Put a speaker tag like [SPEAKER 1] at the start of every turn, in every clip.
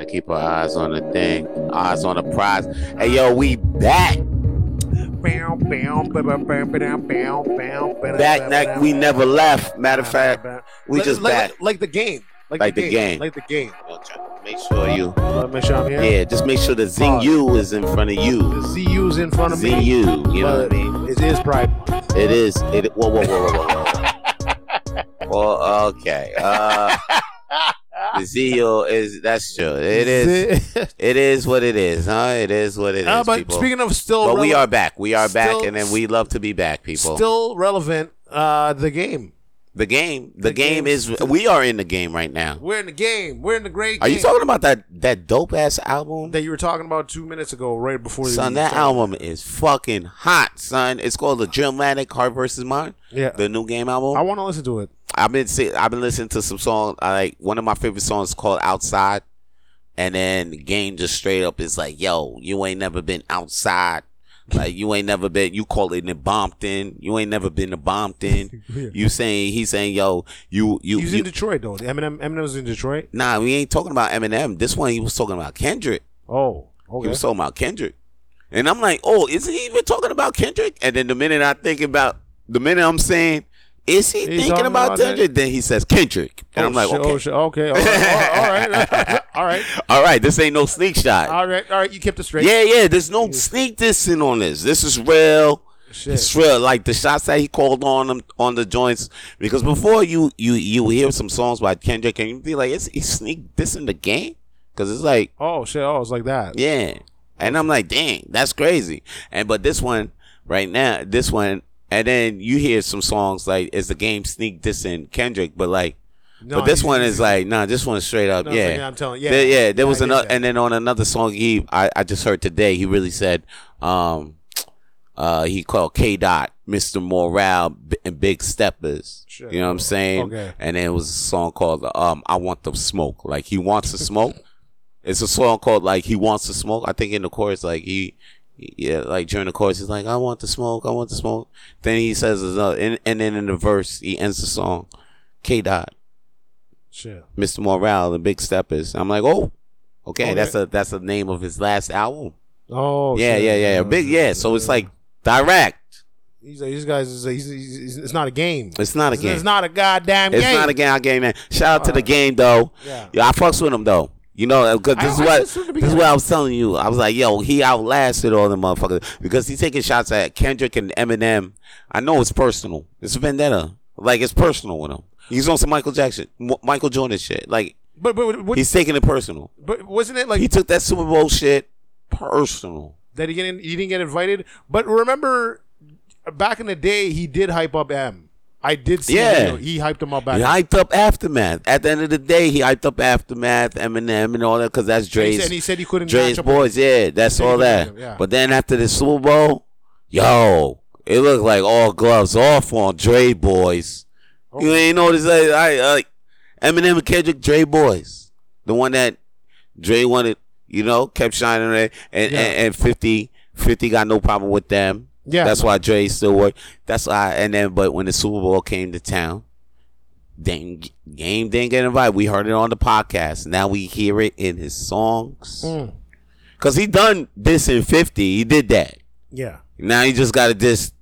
[SPEAKER 1] I keep our eyes on the thing, eyes on the prize. Hey, yo, we back. Back, neck, we never left. Matter of fact, we
[SPEAKER 2] Like-
[SPEAKER 1] just
[SPEAKER 2] like,
[SPEAKER 1] back.
[SPEAKER 2] Like, the game. Like,
[SPEAKER 1] Like
[SPEAKER 2] the,
[SPEAKER 1] the
[SPEAKER 2] game.
[SPEAKER 1] game.
[SPEAKER 2] Like the game.
[SPEAKER 1] Make sure you.
[SPEAKER 2] Wanna make sure I'm here.
[SPEAKER 1] Yeah, just make sure the ZU is in front of
[SPEAKER 2] The
[SPEAKER 1] you.
[SPEAKER 2] ZU's in front of
[SPEAKER 1] ZU,
[SPEAKER 2] me.
[SPEAKER 1] you know what I mean?
[SPEAKER 2] It is Pride Month.
[SPEAKER 1] It is. It. Whoa, whoa, whoa, whoa, whoa. whoa. well, okay. Uh, the zeal is. That's true. It is. It is what it is, huh? It is what it is.
[SPEAKER 2] Uh, but
[SPEAKER 1] people.
[SPEAKER 2] speaking of still,
[SPEAKER 1] but we
[SPEAKER 2] rele-
[SPEAKER 1] are back. We are back,
[SPEAKER 2] still-
[SPEAKER 1] and then we love to be back, people.
[SPEAKER 2] still relevant. Uh, the game.
[SPEAKER 1] the game. The,
[SPEAKER 2] the
[SPEAKER 1] game
[SPEAKER 2] game
[SPEAKER 1] is. We are in the game right now.
[SPEAKER 2] We're in the game. We're in the great.
[SPEAKER 1] Are
[SPEAKER 2] game
[SPEAKER 1] you talking about that that dope ass album?
[SPEAKER 2] that you were talking about two minutes ago, right before the
[SPEAKER 1] Son, that
[SPEAKER 2] started?
[SPEAKER 1] album is fucking hot, son. It's called the Dramatic Heart versus Mind,
[SPEAKER 2] Yeah,
[SPEAKER 1] the new game album.
[SPEAKER 2] I want to listen to it.
[SPEAKER 1] I've been see, I've been listening to some song. I like one of my favorite songs is called Outside, and then Game just straight up is like, "Yo, you ain't never been outside. Like you ain't never been. You call it in Bompton. You ain't never been to Bompton.
[SPEAKER 2] Yeah.
[SPEAKER 1] You saying he's saying, yo, you you,
[SPEAKER 2] He's
[SPEAKER 1] you
[SPEAKER 2] in Detroit though. Eminem. Eminem's in Detroit.
[SPEAKER 1] nah. We ain't talking about Eminem. This one he was talking about Kendrick.
[SPEAKER 2] Oh,
[SPEAKER 1] He
[SPEAKER 2] okay.
[SPEAKER 1] was talking about Kendrick, and I'm like, oh, is he even talking about Kendrick? And then the minute I think about the minute I'm saying. Is he
[SPEAKER 2] He's
[SPEAKER 1] thinking
[SPEAKER 2] talking
[SPEAKER 1] about
[SPEAKER 2] about that?
[SPEAKER 1] Kendrick? Then he says Kendrick, and
[SPEAKER 2] Oh,
[SPEAKER 1] I'm like,
[SPEAKER 2] shit,
[SPEAKER 1] okay,
[SPEAKER 2] oh, shit, okay, all right, all right, all right,
[SPEAKER 1] All right, this ain't no sneak shot.
[SPEAKER 2] all right, all right. You kept it straight.
[SPEAKER 1] Yeah, yeah, there's no sneak dissing on this. This is real.
[SPEAKER 2] Shit.
[SPEAKER 1] It's real. Like the shots that he called on him on the joints. Because before you you you hear some songs by Kendrick and you be like, is he sneak dissing the game? Because it's like,
[SPEAKER 2] Oh shit! Oh, it's like that.
[SPEAKER 1] yeah. And I'm like, dang, that's crazy. And but this one right now, this one, and then you hear some songs like, is the game sneak dissing Kendrick? But like,
[SPEAKER 2] No,
[SPEAKER 1] but this
[SPEAKER 2] he's-
[SPEAKER 1] one is like, nah, this one's straight up,
[SPEAKER 2] no, it's
[SPEAKER 1] yeah.
[SPEAKER 2] like, I'm telling. Yeah,
[SPEAKER 1] There- yeah, there
[SPEAKER 2] I
[SPEAKER 1] was
[SPEAKER 2] get
[SPEAKER 1] another,
[SPEAKER 2] that.
[SPEAKER 1] and then on another song, he I, I just heard today. He really said, um, uh, he called K Dot Mr. Morale B- and Big Steppers.
[SPEAKER 2] Sure.
[SPEAKER 1] You know what I'm saying?
[SPEAKER 2] Okay.
[SPEAKER 1] And then it was a song called um, I Want the Smoke. Like he wants to smoke. it's a song called like he wants to smoke. I think in the chorus, like he. Yeah, like during the chorus, he's like, "I want the smoke, I want the smoke." Then he says another, and, and then in the verse, he ends the song, "K Dot,
[SPEAKER 2] Shit.
[SPEAKER 1] Mr. Morale and Big Steppers. I'm like, oh, okay,
[SPEAKER 2] Okay.
[SPEAKER 1] that's a that's the name of his last album.
[SPEAKER 2] Oh.
[SPEAKER 1] yeah,
[SPEAKER 2] shit.
[SPEAKER 1] yeah, yeah, Big, yeah. So it's like direct.
[SPEAKER 2] He's like, these guys is he's, he's, he's, it's not a game.
[SPEAKER 1] It's not a game.
[SPEAKER 2] It's not a goddamn game.
[SPEAKER 1] a game. I game man. Shout out to the
[SPEAKER 2] Alright.
[SPEAKER 1] game though.
[SPEAKER 2] Yeah.
[SPEAKER 1] Yeah, I fucks with him though. You know, because
[SPEAKER 2] I-
[SPEAKER 1] this
[SPEAKER 2] I
[SPEAKER 1] is
[SPEAKER 2] listened to
[SPEAKER 1] what
[SPEAKER 2] the
[SPEAKER 1] this is what I was telling you. I was like, yo, he outlasted all the motherfuckers because he's taking shots at Kendrick and Eminem. I know it's personal. It's a vendetta. Like it's personal with him. He's on some Michael Jackson, M- Michael Jordan shit. Like
[SPEAKER 2] But but what,
[SPEAKER 1] he's taking it personal.
[SPEAKER 2] but wasn't it like
[SPEAKER 1] he took that Super Bowl shit personal.
[SPEAKER 2] that he didn't he didn't get invited? But remember, back in the day, he did hype up M. I did see. a
[SPEAKER 1] Yeah.
[SPEAKER 2] video. he hyped him up back.
[SPEAKER 1] He hyped up Aftermath. At the end of the day, he hyped up Aftermath, Eminem, and all that because that's
[SPEAKER 2] And he said-
[SPEAKER 1] Dre's,
[SPEAKER 2] and he said he couldn't
[SPEAKER 1] Dre's
[SPEAKER 2] match up-
[SPEAKER 1] boys. Yeah, that's
[SPEAKER 2] said he
[SPEAKER 1] all
[SPEAKER 2] couldn't
[SPEAKER 1] that.
[SPEAKER 2] match up, yeah.
[SPEAKER 1] But then after the Super Bowl, yo, it looked like all gloves off on Dre boys.
[SPEAKER 2] Oh.
[SPEAKER 1] You ain't notice like, I, I, Eminem and Kendrick, Dre boys, the one that Dre wanted, you know, kept shining, and and,
[SPEAKER 2] Yeah.
[SPEAKER 1] and, and 50, 50 got no problem with them.
[SPEAKER 2] Yeah.
[SPEAKER 1] that's why Dre still work. That's why. And then, but when the Super Bowl came to town, dang, game didn't get invited. We heard it on the podcast. Now we hear it in his songs.
[SPEAKER 2] Mm.
[SPEAKER 1] Cause he done this in fifty. He did that.
[SPEAKER 2] Yeah.
[SPEAKER 1] Now he just got a diss,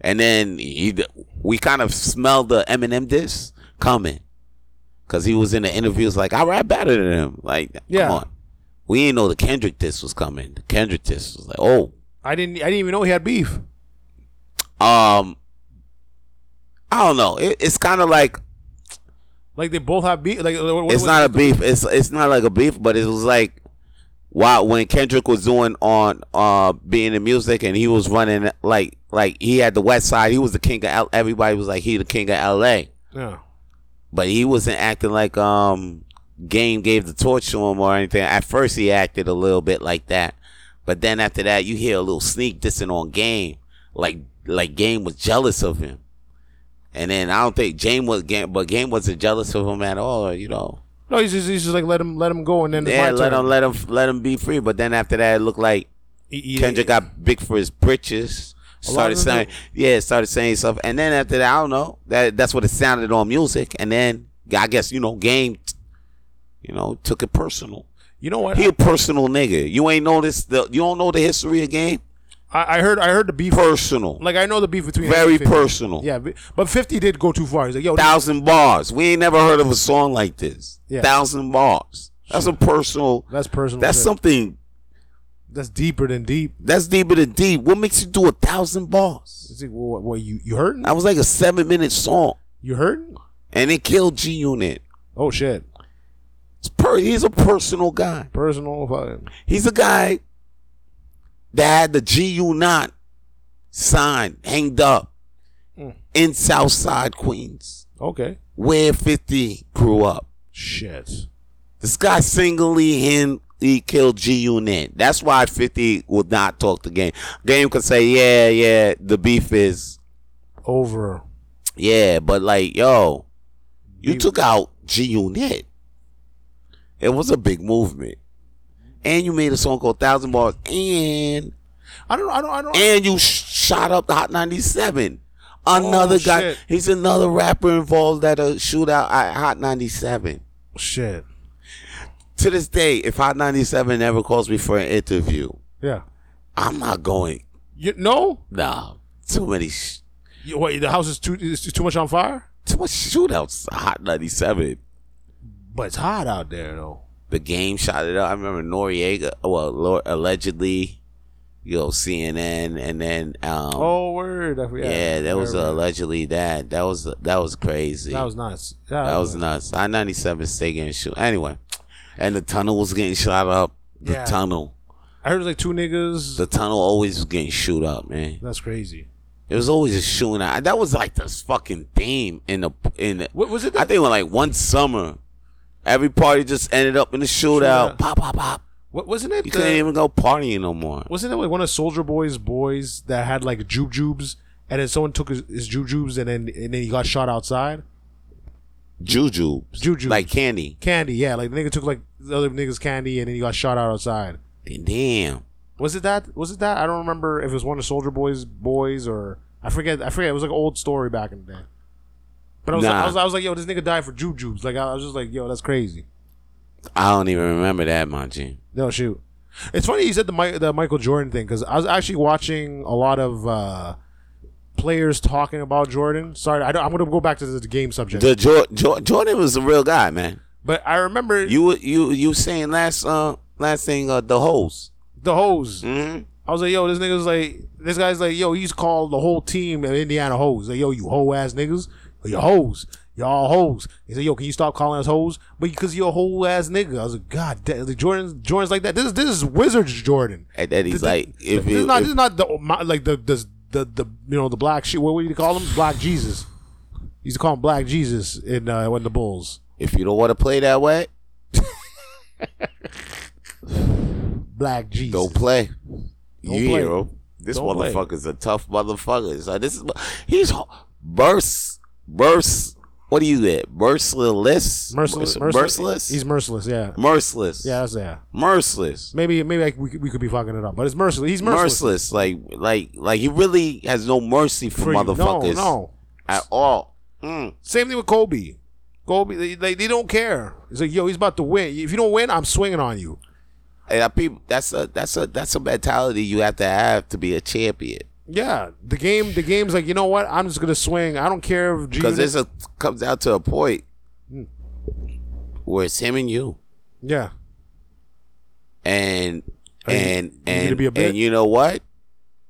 [SPEAKER 1] and then he we kind of smelled the Eminem diss coming, cause he was in the interviews like I rap better than him. Like,
[SPEAKER 2] Yeah.
[SPEAKER 1] come on, we didn't know the Kendrick diss was coming. The Kendrick diss was like, oh,
[SPEAKER 2] I didn't. I didn't even know he had beef.
[SPEAKER 1] um, I don't know. It, it's kind of like
[SPEAKER 2] Like they both have beef. Like uh, what, what
[SPEAKER 1] it's
[SPEAKER 2] was-
[SPEAKER 1] not a beef. It's it's not like a beef, but it was like wow when Kendrick was doing on uh being in music and he was running like like he had the West Side. He was the king of L. Everybody was like he the king of L.A.
[SPEAKER 2] Yeah.
[SPEAKER 1] But he wasn't acting like um Game gave the torch to him or anything. At first he acted a little bit like that, but then after that you hear a little sneak dissing on Game, like like Game was jealous of him. And then I don't think Game was game, but Game wasn't jealous of him at all. You know,
[SPEAKER 2] No, he's just, he's just like let him let him go and then it's
[SPEAKER 1] yeah,
[SPEAKER 2] my
[SPEAKER 1] let
[SPEAKER 2] turn.
[SPEAKER 1] him let him let him be free. But then after that, it looked like
[SPEAKER 2] He- he-
[SPEAKER 1] Kendrick got big for his britches.
[SPEAKER 2] lot
[SPEAKER 1] Started
[SPEAKER 2] of
[SPEAKER 1] saying,
[SPEAKER 2] them
[SPEAKER 1] yeah, started saying stuff. And then after that, I don't know. That that's what it sounded on music. And then I guess you know, game, you know, took it personal.
[SPEAKER 2] You know what?
[SPEAKER 1] He a personal nigga. You ain't know this. The, you don't know the history of game.
[SPEAKER 2] I, I heard. I heard the beef.
[SPEAKER 1] Personal,
[SPEAKER 2] Like I know the beef between him
[SPEAKER 1] very
[SPEAKER 2] and 50.
[SPEAKER 1] personal.
[SPEAKER 2] Yeah, but- but Fifty did go too far. He's like, yo,
[SPEAKER 1] Thousand bars. We ain't never heard of a song like this.
[SPEAKER 2] Yeah.
[SPEAKER 1] Thousand bars. That's a personal.
[SPEAKER 2] that's personal.
[SPEAKER 1] That's
[SPEAKER 2] shit.
[SPEAKER 1] something.
[SPEAKER 2] That's deeper than deep.
[SPEAKER 1] That's deeper than deep. What makes you do a thousand bars?
[SPEAKER 2] It's like, what, what you you hurting?
[SPEAKER 1] That was like a seven minute song,
[SPEAKER 2] You hurting?
[SPEAKER 1] and it killed G Unit.
[SPEAKER 2] Oh shit!
[SPEAKER 1] It's per- he's a personal guy.
[SPEAKER 2] Personal fucking.
[SPEAKER 1] He's a guy that had the GU not sign hanged up
[SPEAKER 2] Mm.
[SPEAKER 1] in Southside Queens,
[SPEAKER 2] Okay.
[SPEAKER 1] where 50 grew up.
[SPEAKER 2] Shit.
[SPEAKER 1] This guy singly him he killed G Unit. That's why 50 would not talk to Game. Game could say, yeah, yeah, the beef is,
[SPEAKER 2] Over.
[SPEAKER 1] yeah, but like, yo, you
[SPEAKER 2] Beef.
[SPEAKER 1] took out G Unit. It was a big movement. And you made a song called Thousand Bars, and
[SPEAKER 2] I don't. I don't. I don't.
[SPEAKER 1] and you sh- shot up the Hot 97. Another
[SPEAKER 2] Oh,
[SPEAKER 1] guy,
[SPEAKER 2] shit.
[SPEAKER 1] he's another rapper involved at a shootout at Hot 97.
[SPEAKER 2] shit.
[SPEAKER 1] To this day, if Hot 97 ever calls me for an interview,
[SPEAKER 2] Yeah.
[SPEAKER 1] I'm not going.
[SPEAKER 2] You no.
[SPEAKER 1] Nah, too many, sh-
[SPEAKER 2] You, what, the house is too is too much on fire.
[SPEAKER 1] too much shootouts. at Hot 97.
[SPEAKER 2] But it's hot out there though.
[SPEAKER 1] The game shot it up. I remember Noriega, well, lo- allegedly, you know, CNN, and then, um,
[SPEAKER 2] Oh word! I forgot.
[SPEAKER 1] yeah, that was uh,
[SPEAKER 2] Word, word.
[SPEAKER 1] allegedly that. That was that was crazy.
[SPEAKER 2] that was nice.
[SPEAKER 1] That was nuts. I ninety seven stay getting shot. Anyway, and the tunnel was getting shot up. The
[SPEAKER 2] Yeah.
[SPEAKER 1] tunnel,
[SPEAKER 2] I heard it was like two niggas.
[SPEAKER 1] the tunnel always was getting shoot up, man.
[SPEAKER 2] That's crazy.
[SPEAKER 1] It was always a shooting. Out. That was like this fucking theme in the in. The,
[SPEAKER 2] What was it?
[SPEAKER 1] I
[SPEAKER 2] That,
[SPEAKER 1] think it was like one summer, every party just ended up in a shootout.
[SPEAKER 2] Shootout.
[SPEAKER 1] Pop pop pop.
[SPEAKER 2] what wasn't it?
[SPEAKER 1] You
[SPEAKER 2] the-
[SPEAKER 1] couldn't even go partying no more.
[SPEAKER 2] wasn't it like one of Soldier Boy's boys that had like jube jubes, and then someone took his, his jube jubes, and then and then he got shot outside.
[SPEAKER 1] Juju,
[SPEAKER 2] Jujubes.
[SPEAKER 1] like candy.
[SPEAKER 2] Candy, yeah, like the nigga took like the other niggas' candy, and then he got shot out outside.
[SPEAKER 1] Damn.
[SPEAKER 2] Was it that? Was it that? I don't remember if it was one of Soldier Boy's boys or I forget. I forget. It was like an old story back in the day. But I was, like,
[SPEAKER 1] Nah.
[SPEAKER 2] I was, I was like, yo, this nigga died for jube jubes. Like I, I was just like, yo, that's crazy.
[SPEAKER 1] I don't even remember that, my G.
[SPEAKER 2] No shoot. It's funny you said the Mi- the Michael Jordan thing because I was actually watching a lot of uh, players talking about Jordan. Sorry, I don't, I'm going to go back to the game subject,
[SPEAKER 1] The Jor- Jor- Jordan was a real guy, man.
[SPEAKER 2] but I remember
[SPEAKER 1] You were- you you saying last uh last thing uh the host.
[SPEAKER 2] the hoes.
[SPEAKER 1] Mm-hmm.
[SPEAKER 2] I was like, yo, this nigga's like, this guy's like, yo, he's called the whole team of Indiana hoes. Like, yo, you hoe ass niggas, you hoes, y'all hoes. He said, yo, can you stop calling us hoes? But because you're a hoe ass nigga, I was like, god, damn, like, Jordan's Jordan's like that. This is this is Wizards Jordan.
[SPEAKER 1] And then he's
[SPEAKER 2] Th-
[SPEAKER 1] like,
[SPEAKER 2] th-
[SPEAKER 1] if
[SPEAKER 2] this
[SPEAKER 1] you
[SPEAKER 2] is not
[SPEAKER 1] if-
[SPEAKER 2] this is not the my, like the, the the the you know the black shit. What would you call him? Black Jesus. He used to call him Black Jesus in uh, when the Bulls.
[SPEAKER 1] if you don't want to play that way,
[SPEAKER 2] Black Jesus.
[SPEAKER 1] don't play. you
[SPEAKER 2] play.
[SPEAKER 1] hear him? This
[SPEAKER 2] Don't play.
[SPEAKER 1] motherfucker's a tough motherfucker. So this is he's ho- burst burst. What do you get? Merciless.
[SPEAKER 2] merciless,
[SPEAKER 1] Merc-
[SPEAKER 2] merciless.
[SPEAKER 1] Merciless.
[SPEAKER 2] He's merciless. Yeah.
[SPEAKER 1] merciless.
[SPEAKER 2] Yeah. That's yeah.
[SPEAKER 1] Merciless.
[SPEAKER 2] Maybe maybe like, we, could- we could be fucking it up, but it's merciless. He's merciless.
[SPEAKER 1] Merciless. Like like like he really has no mercy for,
[SPEAKER 2] for you.
[SPEAKER 1] motherfuckers
[SPEAKER 2] No, no.
[SPEAKER 1] at all. Mm.
[SPEAKER 2] Same thing with Kobe. Kobe, they, they, they don't care. It's like, yo, he's about to win. If you don't win, I'm swinging on you.
[SPEAKER 1] And I, peop- that's a that's a that's a mentality you have to have to be a champion.
[SPEAKER 2] Yeah, the game, the game's like, you know what? I'm just gonna swing. I don't care if G.
[SPEAKER 1] Because this a, comes down to a point
[SPEAKER 2] Hmm.
[SPEAKER 1] where it's him and you,
[SPEAKER 2] yeah,
[SPEAKER 1] and
[SPEAKER 2] you-
[SPEAKER 1] and
[SPEAKER 2] you gonna
[SPEAKER 1] and
[SPEAKER 2] be a bitch?
[SPEAKER 1] and you know what?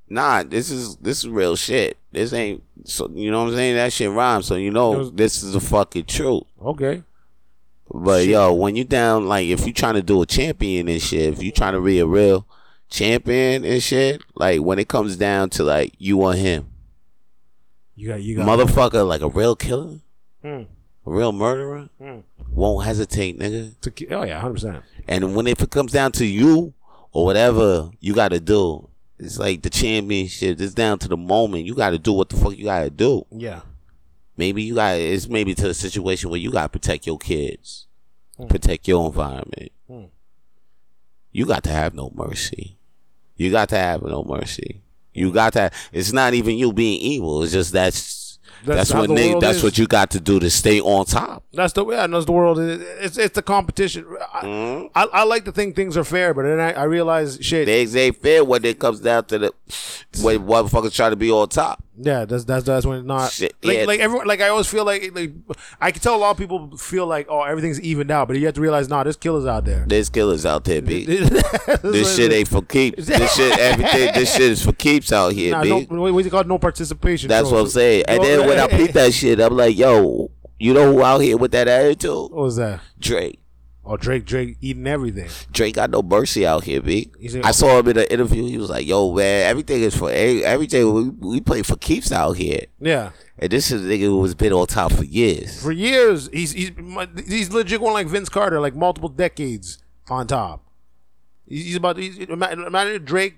[SPEAKER 1] Nah, this is this is real shit. This ain't so you know what I'm saying. That shit rhymes, so you know
[SPEAKER 2] It was-
[SPEAKER 1] this is the fucking truth.
[SPEAKER 2] okay,
[SPEAKER 1] But yo, when you down, like if you trying to do a champion and shit, if you trying to be a real champion and shit, like when it comes down to like you or him,
[SPEAKER 2] you got you got
[SPEAKER 1] motherfucker, like a real killer,
[SPEAKER 2] Mm.
[SPEAKER 1] a real murderer,
[SPEAKER 2] Hmm.
[SPEAKER 1] won't hesitate, nigga.
[SPEAKER 2] to ki- oh yeah, hundred percent.
[SPEAKER 1] And when if it comes down to you or whatever you got to do, it's like the championship. It's down to the moment. You got to do what the fuck you got to do.
[SPEAKER 2] Yeah,
[SPEAKER 1] Maybe you got it's maybe to a situation where you got to protect your kids,
[SPEAKER 2] Hmm.
[SPEAKER 1] protect your environment.
[SPEAKER 2] Mm.
[SPEAKER 1] You got to have no mercy. You got to have no mercy. You got to. It's not even you being evil. It's just that's That's,
[SPEAKER 2] how
[SPEAKER 1] what
[SPEAKER 2] the
[SPEAKER 1] nigga,
[SPEAKER 2] world
[SPEAKER 1] that's
[SPEAKER 2] is.
[SPEAKER 1] what you got to do to stay on top.
[SPEAKER 2] That's the yeah, that's the world. It- It's it's the competition. I,
[SPEAKER 1] Mm. Mm-hmm.
[SPEAKER 2] I, I like to think things are fair, but then I, I realize shit.
[SPEAKER 1] Niggas ain't fair when it comes down to the when motherfuckers try to be on top.
[SPEAKER 2] yeah, that's that's that's when it's not.
[SPEAKER 1] Shit,
[SPEAKER 2] like
[SPEAKER 1] yeah.
[SPEAKER 2] like everyone, like I always feel like, like I can tell a lot of people feel like oh everything's evened out, but you have to realize nah, there's killers out there.
[SPEAKER 1] There's killers out there, B.
[SPEAKER 2] this
[SPEAKER 1] This shit ain't for keeps. This shit, everything. This shit is for keeps out here,
[SPEAKER 2] Nah,
[SPEAKER 1] B.
[SPEAKER 2] no, what what is it called? No participation.
[SPEAKER 1] That's what I'm
[SPEAKER 2] trophy.
[SPEAKER 1] saying. And
[SPEAKER 2] No-
[SPEAKER 1] then when I peep that shit, I'm like, yo, you know who out here with that attitude?
[SPEAKER 2] what was that?
[SPEAKER 1] Drake.
[SPEAKER 2] Oh, Drake, Drake eating everything.
[SPEAKER 1] Drake got no mercy out here, B.
[SPEAKER 2] He said-
[SPEAKER 1] I saw him in an interview. He was like, yo, man, everything is for everything. We, we play for keeps out here.
[SPEAKER 2] Yeah,
[SPEAKER 1] And this is a nigga who's been on top for years.
[SPEAKER 2] for years he's he's he's legit going like Vince Carter, like multiple decades on top. He's he's about he's, imagine, imagine if Drake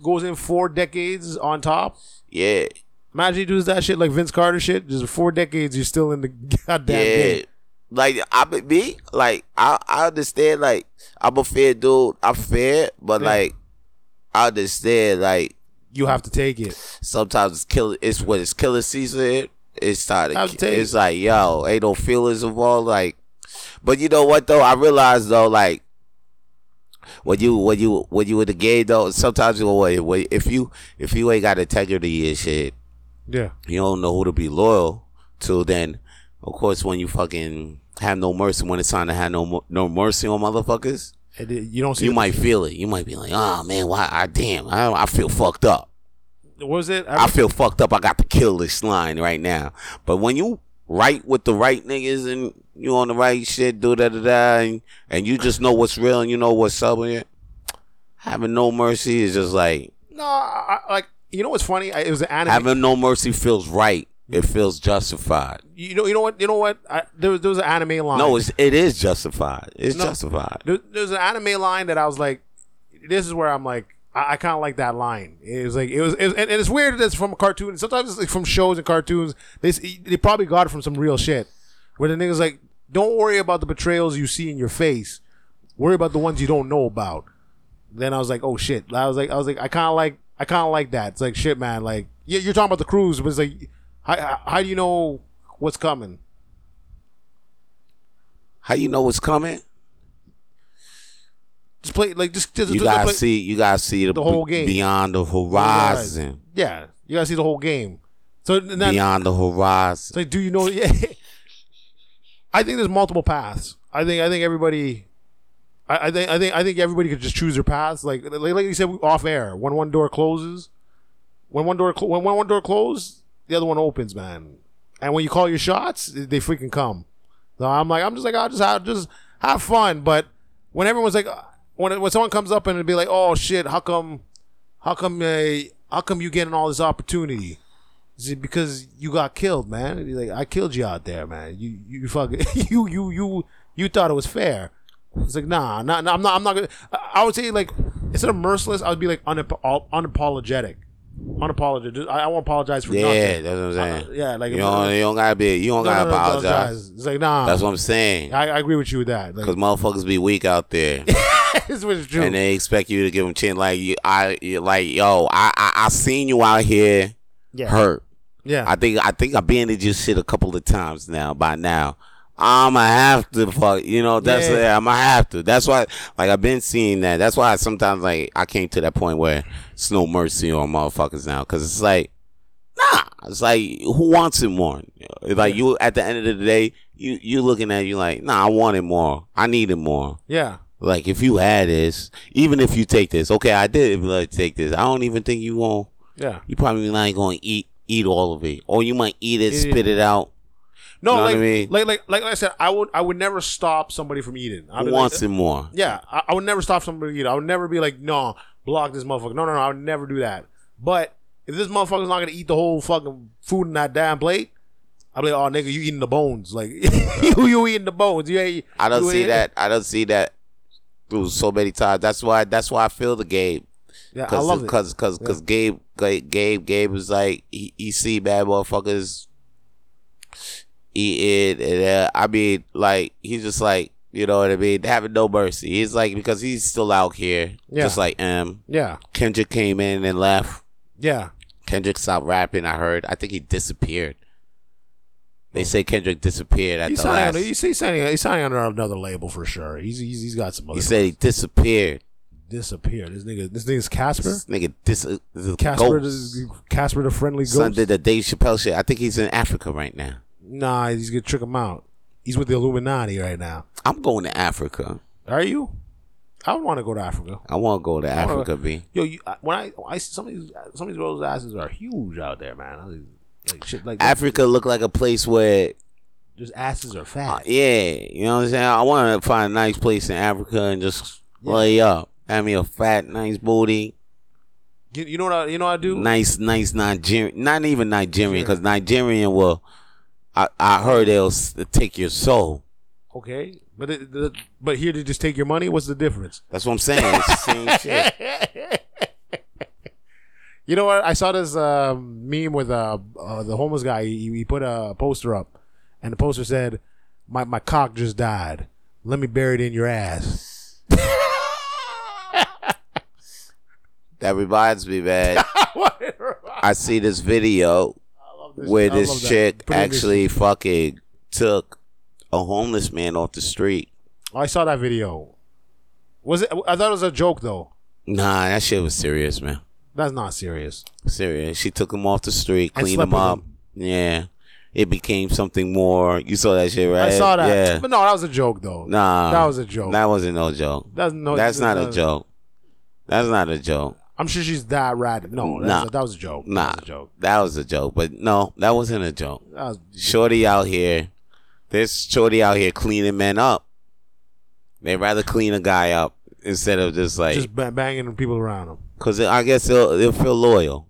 [SPEAKER 2] goes in four decades on top.
[SPEAKER 1] Yeah.
[SPEAKER 2] Imagine he does that shit like Vince Carter shit. Just four decades, you're still in the goddamn
[SPEAKER 1] Yeah.
[SPEAKER 2] game.
[SPEAKER 1] Like I be- me, like I, I understand like I'm a fair dude. I'm fair, but like I understand like
[SPEAKER 2] You have to take it.
[SPEAKER 1] sometimes it's killer it's when it's killer season. It's time
[SPEAKER 2] I'll
[SPEAKER 1] to, ki-
[SPEAKER 2] tell you.
[SPEAKER 1] it's like, yo, ain't no feelings involved, like but you know what though? I realized though, like when you when you when you in the game though, sometimes you when- when- if you if you ain't got integrity and shit,
[SPEAKER 2] Yeah,
[SPEAKER 1] you don't know who to be loyal to, then of course when you fucking have no mercy, when it's time to have no mo- no mercy on motherfuckers,
[SPEAKER 2] And it- you don't see.
[SPEAKER 1] you might feel it. You might be like, oh man, why? I damn, I, I feel fucked up.
[SPEAKER 2] What was it? I,
[SPEAKER 1] I feel fucked up. I got to kill this line right now. But when you right with the right niggas and you on the right shit, do da da da, and, and you just know what's real and you know what's up, and it, having no mercy is just like
[SPEAKER 2] no, I, I- like you know what's funny? I, it was an anime.
[SPEAKER 1] having no mercy feels right. It feels justified.
[SPEAKER 2] you know, you know what? You know what? I, there was there was an anime line.
[SPEAKER 1] No, it's, it is justified. It's
[SPEAKER 2] No.
[SPEAKER 1] justified.
[SPEAKER 2] There, there's an anime line that I was like, this is where I'm like, I, I kind of like that line. It was like, it was, it was- and, and it's weird that it's from a cartoon. Sometimes it's like from shows and cartoons. They s- they probably got it from some real shit, where the niggas like, don't worry about the betrayals you see in your face, worry about the ones you don't know about. Then I was like, oh shit. I was like, I was like, I kind of like, I kind of like that. It's like shit, man. Like, yeah, you're talking about the cruise, but it's like, how, how, how do you know what's coming?
[SPEAKER 1] How you know what's coming?
[SPEAKER 2] Just play like just, just
[SPEAKER 1] You
[SPEAKER 2] just
[SPEAKER 1] gotta
[SPEAKER 2] play-
[SPEAKER 1] see. You gotta see the,
[SPEAKER 2] The whole game.
[SPEAKER 1] beyond the horizon.
[SPEAKER 2] Yeah, you gotta see the whole game. So and then,
[SPEAKER 1] Beyond the horizon.
[SPEAKER 2] it's like, do you know? Yeah, I think there's multiple paths. I think I think everybody, I, I think I think I think everybody could just choose their paths. Like like, like you said, we- off air. When one door closes, when one door cl- when, when one door closes, the other one opens, man. And when you call your shots, they freaking come. So I'm like, I'm just like, I'll just, I'll just have fun. But when everyone's like, uh, when when someone comes up and it'd be like, oh shit, how come, how come, uh, how come you getting all this opportunity? Is it because you got killed, man? And he's like, I killed you out there, man. You you fucking you you you you thought it was fair. It's like, nah, nah, nah I'm not. I'm not gonna. I I would say like instead of merciless, I would be like unap- all- unapologetic, unapologetic. I, I won't apologize for
[SPEAKER 1] Yeah,
[SPEAKER 2] nothing. Uh,
[SPEAKER 1] that's what I'm saying.
[SPEAKER 2] yeah, like
[SPEAKER 1] you
[SPEAKER 2] if-
[SPEAKER 1] don't, you don't gotta be. You don't
[SPEAKER 2] No, no,
[SPEAKER 1] gotta
[SPEAKER 2] no,
[SPEAKER 1] apologize.
[SPEAKER 2] It's like nah.
[SPEAKER 1] That's what I'm saying.
[SPEAKER 2] I, I agree with you with that. Like,
[SPEAKER 1] Cause motherfuckers be weak out there,
[SPEAKER 2] this was true.
[SPEAKER 1] and they expect you to give them chin. Like you, I, you, like yo, I, I, I seen you out here
[SPEAKER 2] yeah.
[SPEAKER 1] hurt.
[SPEAKER 2] Yeah.
[SPEAKER 1] I think, I think I've been in your shit a couple of times now. By now, I'ma have to fuck. You know, that's
[SPEAKER 2] Yeah.
[SPEAKER 1] yeah, I'ma have to. That's why, like I've been seeing that. That's why sometimes like I came to that point where it's no mercy on motherfuckers now. Cause it's like, nah, it's like who wants it more? Like you, at the end of the day, you you looking at you like, nah, I want it more. I need it more.
[SPEAKER 2] yeah.
[SPEAKER 1] Like if you had this, even if you take this, okay, I did like, take this. I don't even think you won't.
[SPEAKER 2] Yeah.
[SPEAKER 1] You probably not gonna eat eat all of it, or you might eat it,
[SPEAKER 2] Yeah.
[SPEAKER 1] spit it out.
[SPEAKER 2] No,
[SPEAKER 1] Know what
[SPEAKER 2] like,
[SPEAKER 1] I mean?
[SPEAKER 2] like, like, like I said, I would, I would never stop somebody from eating. I
[SPEAKER 1] Who
[SPEAKER 2] would
[SPEAKER 1] wants it more?
[SPEAKER 2] Yeah, I, I would never stop somebody from eating. I would never be like, no, block this motherfucker. No, no, no, I would never do that. But if this motherfucker's not gonna eat the whole fucking food in that damn plate, I'd be like, oh nigga, you eating the bones? Like, you, you eating the bones? You ain't.
[SPEAKER 1] I don't
[SPEAKER 2] you
[SPEAKER 1] see
[SPEAKER 2] ain't-
[SPEAKER 1] that. I don't see that through so many times. That's why. That's why I feel the game.
[SPEAKER 2] Yeah, I
[SPEAKER 1] Cause,
[SPEAKER 2] love it.
[SPEAKER 1] Cause, cause, cause Gabe, Gabe, Gabe, Gabe is like he, he see bad motherfuckers eat it, and uh, I mean, like he's just like you know what I mean, having no mercy. He's like because he's still out here,
[SPEAKER 2] Yeah.
[SPEAKER 1] just like M.
[SPEAKER 2] Yeah,
[SPEAKER 1] Kendrick came in and left.
[SPEAKER 2] yeah,
[SPEAKER 1] Kendrick stopped rapping. I heard. I think he disappeared. They say Kendrick disappeared at
[SPEAKER 2] He's
[SPEAKER 1] the
[SPEAKER 2] signing,
[SPEAKER 1] last.
[SPEAKER 2] under, he's, he's, signing, he's signing under another label for sure. He's he's, he's got some other.
[SPEAKER 1] He said he disappeared.
[SPEAKER 2] disappeared. This nigga, this nigga's Casper.
[SPEAKER 1] This nigga dis. this is
[SPEAKER 2] Casper,
[SPEAKER 1] ghost.
[SPEAKER 2] the, Casper the friendly ghost.
[SPEAKER 1] Son did the Dave Chappelle shit. I think he's in Africa right now.
[SPEAKER 2] Nah, he's gonna trick him out. He's with the Illuminati right now.
[SPEAKER 1] I'm going to Africa.
[SPEAKER 2] Are you? I want to go to Africa.
[SPEAKER 1] I want to go to Africa, B.
[SPEAKER 2] Yo, you, I- when I, I see some of these some of these rose asses are huge out there, man. I was- like shit, like that.
[SPEAKER 1] Africa look like a place where,
[SPEAKER 2] just asses are
[SPEAKER 1] uh,
[SPEAKER 2] fat.
[SPEAKER 1] yeah, you know what I'm saying. I want to find a nice place in Africa and just lay up, have me a fat, nice booty,
[SPEAKER 2] You, you know what? I, you know what I do?
[SPEAKER 1] nice, nice Nigerian, not even Nigerian, because Nigerian will. I, I heard they'll s- take your soul.
[SPEAKER 2] Okay, but it, the, but here they just take your money. What's the difference?
[SPEAKER 1] That's what I'm saying. It's the same shit.
[SPEAKER 2] You know what? I saw this uh, meme with uh, uh, the homeless guy. He, he put a poster up, and the poster said, "My my cock just died. Let me bury it in your ass."
[SPEAKER 1] That reminds me, man.
[SPEAKER 2] I
[SPEAKER 1] I see this video
[SPEAKER 2] love
[SPEAKER 1] where
[SPEAKER 2] I
[SPEAKER 1] this
[SPEAKER 2] love that.
[SPEAKER 1] chick
[SPEAKER 2] Put it in this-
[SPEAKER 1] actually fucking took a homeless man off the street.
[SPEAKER 2] Oh, I saw that video. Was it? I thought it was a joke though.
[SPEAKER 1] Nah, that shit was serious, man.
[SPEAKER 2] That's not serious.
[SPEAKER 1] Serious. She took him off the street,
[SPEAKER 2] And
[SPEAKER 1] cleaned
[SPEAKER 2] slept
[SPEAKER 1] him
[SPEAKER 2] with
[SPEAKER 1] up. Yeah. It became something more. You saw that shit, right?
[SPEAKER 2] I saw that,
[SPEAKER 1] Yeah.
[SPEAKER 2] but no, that was a joke though.
[SPEAKER 1] Nah.
[SPEAKER 2] that was a joke.
[SPEAKER 1] That wasn't no joke.
[SPEAKER 2] that's no.
[SPEAKER 1] That's not a
[SPEAKER 2] that's-
[SPEAKER 1] joke. That's not a joke.
[SPEAKER 2] I'm sure she's that rad. No, that's
[SPEAKER 1] Nah.
[SPEAKER 2] that was a joke.
[SPEAKER 1] Nah.
[SPEAKER 2] that was a joke.
[SPEAKER 1] That was a joke. But no, that wasn't a joke.
[SPEAKER 2] That was
[SPEAKER 1] Shorty out here. There's Shorty out here cleaning men up. They'd rather clean a guy up instead of just like.
[SPEAKER 2] just ba- banging people around him.
[SPEAKER 1] Because I guess they'll, they'll feel loyal.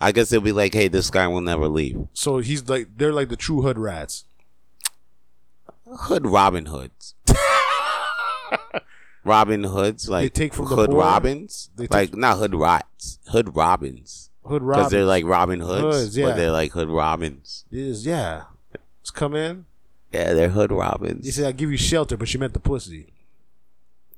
[SPEAKER 1] I guess they'll be like, hey, this guy will never leave.
[SPEAKER 2] So he's like, they're like the true hood rats.
[SPEAKER 1] Hood Robin Hoods. Robin Hoods, like
[SPEAKER 2] take from the
[SPEAKER 1] Hood
[SPEAKER 2] poor.
[SPEAKER 1] Robins,
[SPEAKER 2] They take-
[SPEAKER 1] like not Hood Rots, Hood Robins,
[SPEAKER 2] Hood
[SPEAKER 1] because
[SPEAKER 2] robbers.
[SPEAKER 1] they're like Robin Hoods,
[SPEAKER 2] Hoods, yeah.
[SPEAKER 1] but they're like Hood Robins.
[SPEAKER 2] Is yeah. Just come in.
[SPEAKER 1] Yeah, they're Hood
[SPEAKER 2] He
[SPEAKER 1] Robins.
[SPEAKER 2] said, "I give you shelter," but she meant the pussy.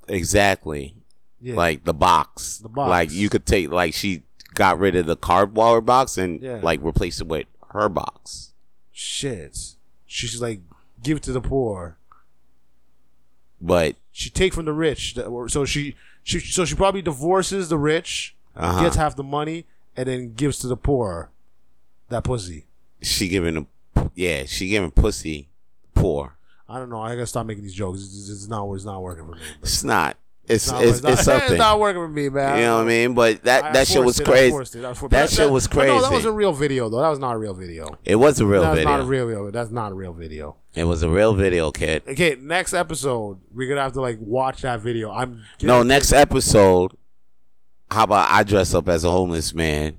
[SPEAKER 1] Exactly,
[SPEAKER 2] Yeah.
[SPEAKER 1] like the box.
[SPEAKER 2] The box.
[SPEAKER 1] Like you could take, like she got rid of the cardboard box and
[SPEAKER 2] Yeah.
[SPEAKER 1] like replaced it with her box.
[SPEAKER 2] shit. She's like, give to the poor.
[SPEAKER 1] But
[SPEAKER 2] She take from the rich. That were- So she, she, so she probably divorces the rich,
[SPEAKER 1] Uh-huh.
[SPEAKER 2] gets half the money, and then gives to the poor. That pussy.
[SPEAKER 1] she giving a, yeah, she giving pussy poor.
[SPEAKER 2] I don't know. I gotta stop making these jokes. It's, it's- it's not. It's not working for me.
[SPEAKER 1] It's not. It's
[SPEAKER 2] not-
[SPEAKER 1] it's, it's,
[SPEAKER 2] not,
[SPEAKER 1] something.
[SPEAKER 2] it's not working for me, man.
[SPEAKER 1] You know what I mean? But
[SPEAKER 2] I- I
[SPEAKER 1] that, that shit was
[SPEAKER 2] forced it, I forced
[SPEAKER 1] crazy.
[SPEAKER 2] it, I for-
[SPEAKER 1] That
[SPEAKER 2] but
[SPEAKER 1] shit was
[SPEAKER 2] but No, that
[SPEAKER 1] crazy.
[SPEAKER 2] was a real video though. That was not a real video.
[SPEAKER 1] It was a real
[SPEAKER 2] That's
[SPEAKER 1] video.
[SPEAKER 2] not a real video. That's not a real video.
[SPEAKER 1] it was a real video, kid.
[SPEAKER 2] Okay, next episode we're gonna have to like watch that video. I'm
[SPEAKER 1] No, next episode, how about I dress up as a homeless man?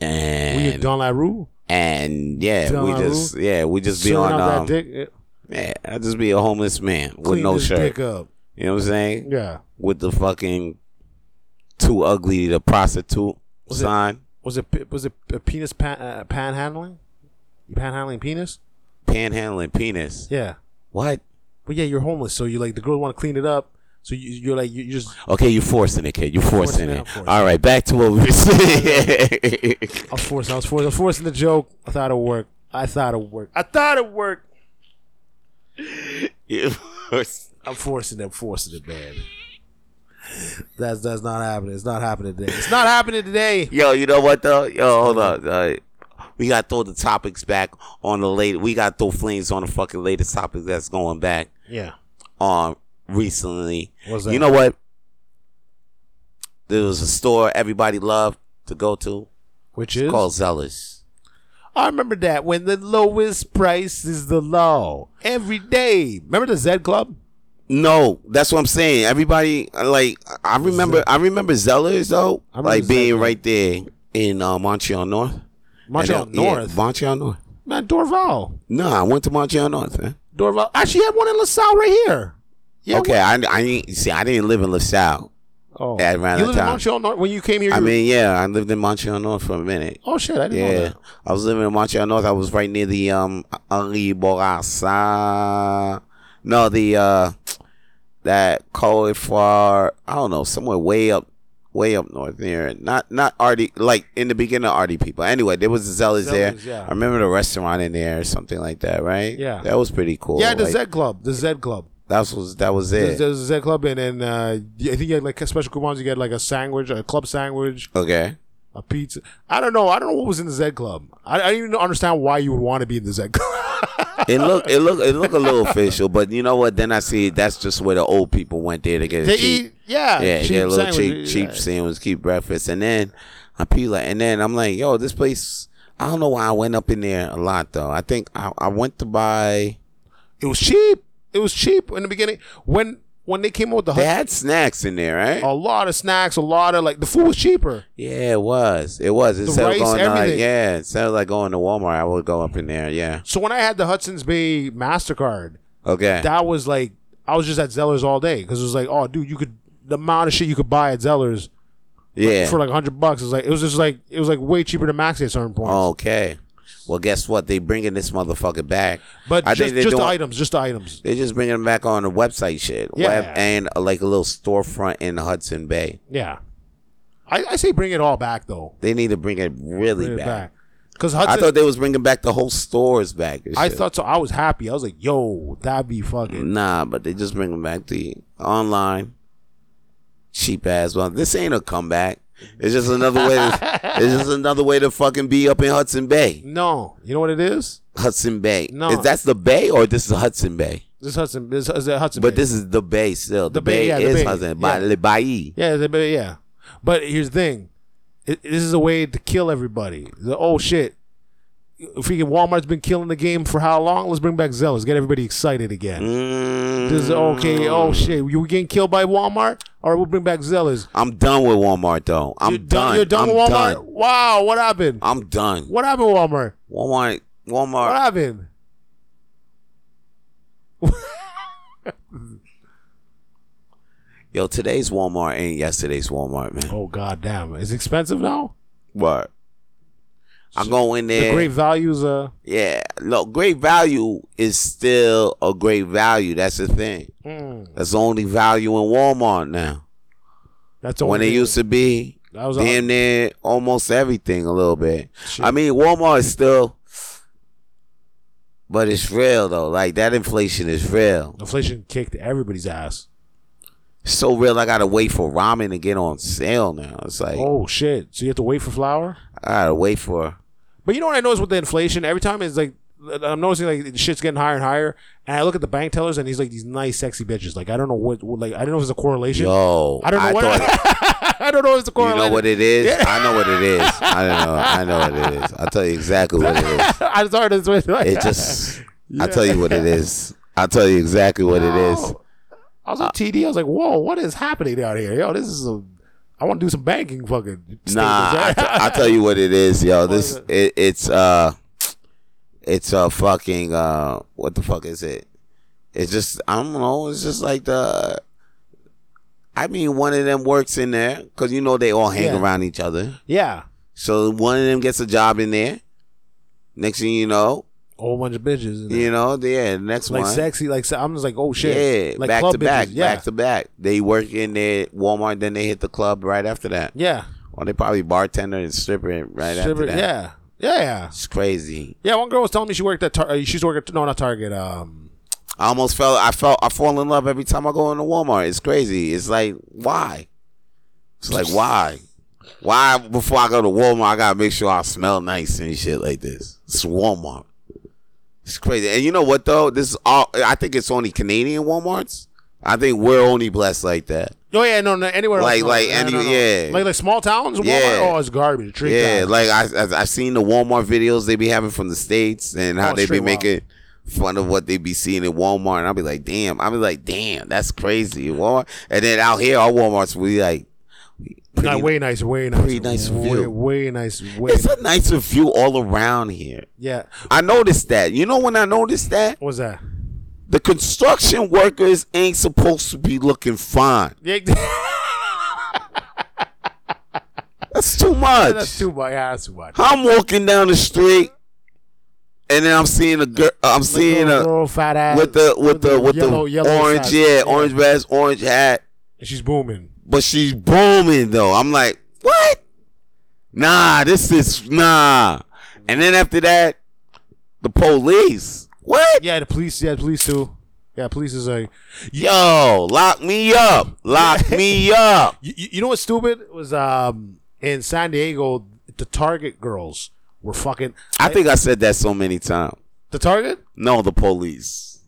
[SPEAKER 2] we
[SPEAKER 1] And
[SPEAKER 2] Don LaRue
[SPEAKER 1] and yeah,
[SPEAKER 2] Don
[SPEAKER 1] we
[SPEAKER 2] La
[SPEAKER 1] just yeah, we just be
[SPEAKER 2] showing
[SPEAKER 1] on
[SPEAKER 2] off that
[SPEAKER 1] um
[SPEAKER 2] dick, eh,
[SPEAKER 1] yeah, I just be a homeless man with
[SPEAKER 2] clean
[SPEAKER 1] no
[SPEAKER 2] his
[SPEAKER 1] shirt.
[SPEAKER 2] dick up.
[SPEAKER 1] You know what I'm saying?
[SPEAKER 2] Yeah,
[SPEAKER 1] With the fucking too ugly to prostitute
[SPEAKER 2] Was it-
[SPEAKER 1] sign,
[SPEAKER 2] was it pe- was it a penis pan, uh, panhandling? You panhandling penis?
[SPEAKER 1] panhandling penis.
[SPEAKER 2] Yeah,
[SPEAKER 1] What?
[SPEAKER 2] but yeah, you're homeless, so you like the girls want to clean it up. So you, you're like you you just
[SPEAKER 1] Okay, you're forcing it, kid. You're forcing
[SPEAKER 2] forcing it,
[SPEAKER 1] it.
[SPEAKER 2] I'm forcing
[SPEAKER 1] All right, back to what we were saying.
[SPEAKER 2] I was forcing I was forcing I was forcing the joke. I thought it worked. I thought it worked. I thought it worked.
[SPEAKER 1] You're forcing-
[SPEAKER 2] I'm forcing it, forcing it, man. That's that's not happening. It's not happening today. It's not happening today.
[SPEAKER 1] Yo, you know what though? Yo, hold up. Uh, we got to throw the topics back on the late. We got to throw flames on the fucking latest topic that's going back
[SPEAKER 2] Yeah.
[SPEAKER 1] on recently.
[SPEAKER 2] What's that?
[SPEAKER 1] You know what? There was a store everybody loved to go to
[SPEAKER 2] Which is
[SPEAKER 1] called Zealous.
[SPEAKER 2] I remember that when the lowest price is the law. Every day. Remember the Z Club?
[SPEAKER 1] No, that's what I'm saying. Everybody like I remember I remember Zellers though,
[SPEAKER 2] remember
[SPEAKER 1] like being
[SPEAKER 2] Zellers.
[SPEAKER 1] right there in uh, Montreal North. And
[SPEAKER 2] Montreal
[SPEAKER 1] then- yeah,
[SPEAKER 2] North.
[SPEAKER 1] Montreal North.
[SPEAKER 2] Man, Dorval.
[SPEAKER 1] No, I went to Montreal North, man.
[SPEAKER 2] Dorval. Actually, I had one in LaSalle right here. Yeah.
[SPEAKER 1] okay, I, I didn't see. I didn't live in LaSalle.
[SPEAKER 2] Oh.
[SPEAKER 1] Yeah, around
[SPEAKER 2] you
[SPEAKER 1] that
[SPEAKER 2] lived in
[SPEAKER 1] time.
[SPEAKER 2] Montreal North when you came here.
[SPEAKER 1] I
[SPEAKER 2] you-
[SPEAKER 1] mean, yeah, I lived in Montreal North for a minute.
[SPEAKER 2] oh shit, I didn't know
[SPEAKER 1] Yeah,
[SPEAKER 2] that.
[SPEAKER 1] I was living in Montreal North. I was right near the um Henri Bourassa. No, the uh that Coed Far. I don't know, somewhere way up way up north near not not RD like in the beginning of RD people. Anyway, there was a Zealous,
[SPEAKER 2] Zealous,
[SPEAKER 1] there.
[SPEAKER 2] yeah.
[SPEAKER 1] I remember the restaurant in there or something like that, right?
[SPEAKER 2] Yeah.
[SPEAKER 1] that was pretty cool.
[SPEAKER 2] Yeah, the
[SPEAKER 1] like,
[SPEAKER 2] Z Club, the Z Club.
[SPEAKER 1] that was that was
[SPEAKER 2] There's,
[SPEAKER 1] it.
[SPEAKER 2] there's a Z Club, and then uh, I think you had like special coupons. You get like a sandwich, a club sandwich,
[SPEAKER 1] Okay,
[SPEAKER 2] a pizza. I don't know. I don't know what was in the Z Club. I, I don't even understand why you would want to be in the Z Club.
[SPEAKER 1] it look it look it look a little official, but you know what? Then I see that's just where the old people went there to get
[SPEAKER 2] they
[SPEAKER 1] a cheap,
[SPEAKER 2] eat, yeah,
[SPEAKER 1] yeah, get a little cheap
[SPEAKER 2] sandwiches,
[SPEAKER 1] cheap
[SPEAKER 2] yeah.
[SPEAKER 1] sandwich, cheap breakfast, and then I peel it, and then I'm like, yo, this place. I don't know why I went up in there a lot though. I think I, I went to buy.
[SPEAKER 2] It was cheap. It was cheap in the beginning when when they came out with the
[SPEAKER 1] They
[SPEAKER 2] hut,
[SPEAKER 1] had snacks in there, right?
[SPEAKER 2] a lot of snacks, a lot of like the food was cheaper.
[SPEAKER 1] Yeah, it was. It was. Instead
[SPEAKER 2] rice,
[SPEAKER 1] of going to like,
[SPEAKER 2] everything.
[SPEAKER 1] yeah, instead of like going to Walmart, I would go up in there. Yeah.
[SPEAKER 2] So when I had the Hudson's Bay Mastercard,
[SPEAKER 1] Okay.
[SPEAKER 2] that was like I was just at Zeller's all day because it was like, oh, dude, you could the amount of shit you could buy at Zeller's
[SPEAKER 1] yeah.
[SPEAKER 2] for like hundred bucks. It was like it was just like it was like way cheaper than Maxi at certain
[SPEAKER 1] Oh,
[SPEAKER 2] points.
[SPEAKER 1] Okay. Well, guess what? They bringing this motherfucker back.
[SPEAKER 2] but
[SPEAKER 1] I
[SPEAKER 2] just,
[SPEAKER 1] think they
[SPEAKER 2] just the
[SPEAKER 1] doing-
[SPEAKER 2] items, just the items.
[SPEAKER 1] They're just bringing him back on the website shit.
[SPEAKER 2] Yeah.
[SPEAKER 1] Web and uh, like a little storefront in Hudson Bay.
[SPEAKER 2] Yeah, I, I say bring it all back though.
[SPEAKER 1] They need to bring it really
[SPEAKER 2] Bring it
[SPEAKER 1] back.
[SPEAKER 2] back because
[SPEAKER 1] I
[SPEAKER 2] Hudson.
[SPEAKER 1] thought they was bringing back the whole stores back. and
[SPEAKER 2] I
[SPEAKER 1] shit.
[SPEAKER 2] thought so. I was happy. I was like, yo, that'd be fucking.
[SPEAKER 1] Nah, but they just bringing back the online cheap ass one. This ain't a comeback. It's just another way. To, it's just another way to fucking be up in Hudson Bay.
[SPEAKER 2] No, you know what it is?
[SPEAKER 1] Hudson Bay.
[SPEAKER 2] No.
[SPEAKER 1] Is that's the Bay or this is Hudson Bay?
[SPEAKER 2] This Hudson, this, this Hudson.
[SPEAKER 1] But
[SPEAKER 2] Bay.
[SPEAKER 1] this is the Bay still. The,
[SPEAKER 2] The Bay,
[SPEAKER 1] Bay,
[SPEAKER 2] yeah, the
[SPEAKER 1] is
[SPEAKER 2] Bay.
[SPEAKER 1] Hudson.
[SPEAKER 2] Yeah.
[SPEAKER 1] By Le Bay.
[SPEAKER 2] yeah, the, Bay, yeah. But here's the thing: It- this is a way to kill everybody. The, oh shit! Freaking Walmart's been killing the game for how long? Let's bring back Zellas. Get everybody excited again.
[SPEAKER 1] Mm.
[SPEAKER 2] This is okay. Oh shit! You were getting killed by Walmart? All right, we'll bring back Zellas.
[SPEAKER 1] I'm done with Walmart though. I'm
[SPEAKER 2] You're done. You're done
[SPEAKER 1] I'm
[SPEAKER 2] with Walmart.
[SPEAKER 1] done.
[SPEAKER 2] Wow, what happened?
[SPEAKER 1] I'm done.
[SPEAKER 2] What happened, Walmart?
[SPEAKER 1] Walmart.
[SPEAKER 2] What
[SPEAKER 1] Walmart.
[SPEAKER 2] happened?
[SPEAKER 1] Yo, today's Walmart ain't yesterday's Walmart, man.
[SPEAKER 2] Oh god damn! It's expensive now.
[SPEAKER 1] What? I go in there.
[SPEAKER 2] The great values. Uh,
[SPEAKER 1] Yeah, look, great value is still a great value. That's the thing.
[SPEAKER 2] mm,
[SPEAKER 1] That's the only value in Walmart now.
[SPEAKER 2] that's the
[SPEAKER 1] when
[SPEAKER 2] only
[SPEAKER 1] it
[SPEAKER 2] thing.
[SPEAKER 1] used to be
[SPEAKER 2] That was
[SPEAKER 1] damn near almost everything a little bit.
[SPEAKER 2] Shit.
[SPEAKER 1] I mean, Walmart is still, but it's real though. Like that inflation is real.
[SPEAKER 2] Inflation kicked everybody's ass.
[SPEAKER 1] It's so real. I gotta wait for ramen to get on sale now. It's like
[SPEAKER 2] Oh shit! So you have to wait for flour.
[SPEAKER 1] I gotta wait for.
[SPEAKER 2] But you know what I notice with the inflation? Every time it's like I'm noticing like shit's getting higher and higher. And I look at the bank tellers and he's like these nice, sexy bitches. Like I don't know what, what- like I don't know if it's a correlation.
[SPEAKER 1] Yo,
[SPEAKER 2] I don't know what.
[SPEAKER 1] thought-
[SPEAKER 2] I don't know if it's a
[SPEAKER 1] you
[SPEAKER 2] correlation.
[SPEAKER 1] know what it is. I know what it is. I don't know. I know what it is. I'll tell you exactly what it is.
[SPEAKER 2] I'm sorry. That's what like,
[SPEAKER 1] It just, I'll tell you what it is. I'll tell you exactly what it is. Uh,
[SPEAKER 2] I was like TD. I was like, whoa, what is happening out here? Yo, this is a. I want to do some banking. Fucking.
[SPEAKER 1] Nah, I
[SPEAKER 2] statements,
[SPEAKER 1] t-
[SPEAKER 2] right?
[SPEAKER 1] I'll tell you what it is, yo.
[SPEAKER 2] is
[SPEAKER 1] This,
[SPEAKER 2] it?
[SPEAKER 1] it, it's, uh, it's a fucking, uh, what the fuck is it? It's just, I don't know. It's just like the, I mean, one of them works in there because you know they all hang
[SPEAKER 2] Yeah.
[SPEAKER 1] around each other.
[SPEAKER 2] yeah.
[SPEAKER 1] So one of them gets a job in there. Next thing you know,
[SPEAKER 2] A whole bunch of bitches. and-
[SPEAKER 1] you know, yeah, next
[SPEAKER 2] like
[SPEAKER 1] one.
[SPEAKER 2] sexy, like se- I'm just like, oh shit,
[SPEAKER 1] Yeah,
[SPEAKER 2] like
[SPEAKER 1] back
[SPEAKER 2] club
[SPEAKER 1] to back,
[SPEAKER 2] bitches, yeah,
[SPEAKER 1] back to back. They work in there Walmart, then they hit the club right after that.
[SPEAKER 2] yeah,
[SPEAKER 1] Or they probably bartender and stripper right
[SPEAKER 2] Shiver-
[SPEAKER 1] after that.
[SPEAKER 2] yeah, yeah, yeah.
[SPEAKER 1] It's crazy.
[SPEAKER 2] Yeah, one girl was telling me she worked at Tar- uh, she's working no, not Target. Um,
[SPEAKER 1] I almost fell. I felt I fall in love every time I go into Walmart. It's crazy. It's like why? It's like why? Why before I go to Walmart, I gotta make sure I smell nice and shit like this. It's Walmart. It's crazy. And you know what though? This is all. I think it's only Canadian WalMarts. I think we're only blessed like that.
[SPEAKER 2] oh yeah, no, no anywhere
[SPEAKER 1] Like-
[SPEAKER 2] else, no,
[SPEAKER 1] like
[SPEAKER 2] no,
[SPEAKER 1] any-
[SPEAKER 2] no, no.
[SPEAKER 1] yeah.
[SPEAKER 2] like like small towns. Walmart,
[SPEAKER 1] Yeah.
[SPEAKER 2] oh, it's garbage. Treat
[SPEAKER 1] Yeah,
[SPEAKER 2] garbage.
[SPEAKER 1] like I, I I've seen the Walmart videos they be having from the states and how
[SPEAKER 2] Oh,
[SPEAKER 1] they be
[SPEAKER 2] straight wild.
[SPEAKER 1] making fun of what they be seeing at Walmart, and I'll be like, damn, I'll be like, damn, that's crazy, Walmart. And then out here, our Walmart's we like,
[SPEAKER 2] Nah,
[SPEAKER 1] pretty,
[SPEAKER 2] way nice, way nice,
[SPEAKER 1] pretty nice
[SPEAKER 2] way,
[SPEAKER 1] view.
[SPEAKER 2] way nice, way
[SPEAKER 1] it's a nicer view all around here.
[SPEAKER 2] yeah.
[SPEAKER 1] I noticed that. You know when I noticed that
[SPEAKER 2] What was that?
[SPEAKER 1] the construction workers ain't supposed to be looking fine.
[SPEAKER 2] Yeah,
[SPEAKER 1] That's too much.
[SPEAKER 2] that's too much. Yeah, that's too much.
[SPEAKER 1] I'm walking down the street, and then I'm seeing a girl. I'm seeing a.
[SPEAKER 2] Little fat ass
[SPEAKER 1] with the with the with
[SPEAKER 2] yellow-
[SPEAKER 1] the
[SPEAKER 2] yellow
[SPEAKER 1] orange
[SPEAKER 2] side.
[SPEAKER 1] yeah, orange vest, orange hat,
[SPEAKER 2] She's booming.
[SPEAKER 1] but she's booming though. I'm like, what? Nah, this is nah. And then after that, the police. What?
[SPEAKER 2] Yeah, the police. Yeah, the police too. Yeah, police is like.
[SPEAKER 1] Yo, lock me up. Lock me up.
[SPEAKER 2] You, you you know what's stupid was um in San Diego the Target girls were fucking
[SPEAKER 1] I think I said that so many times.
[SPEAKER 2] the Target.
[SPEAKER 1] No, the police.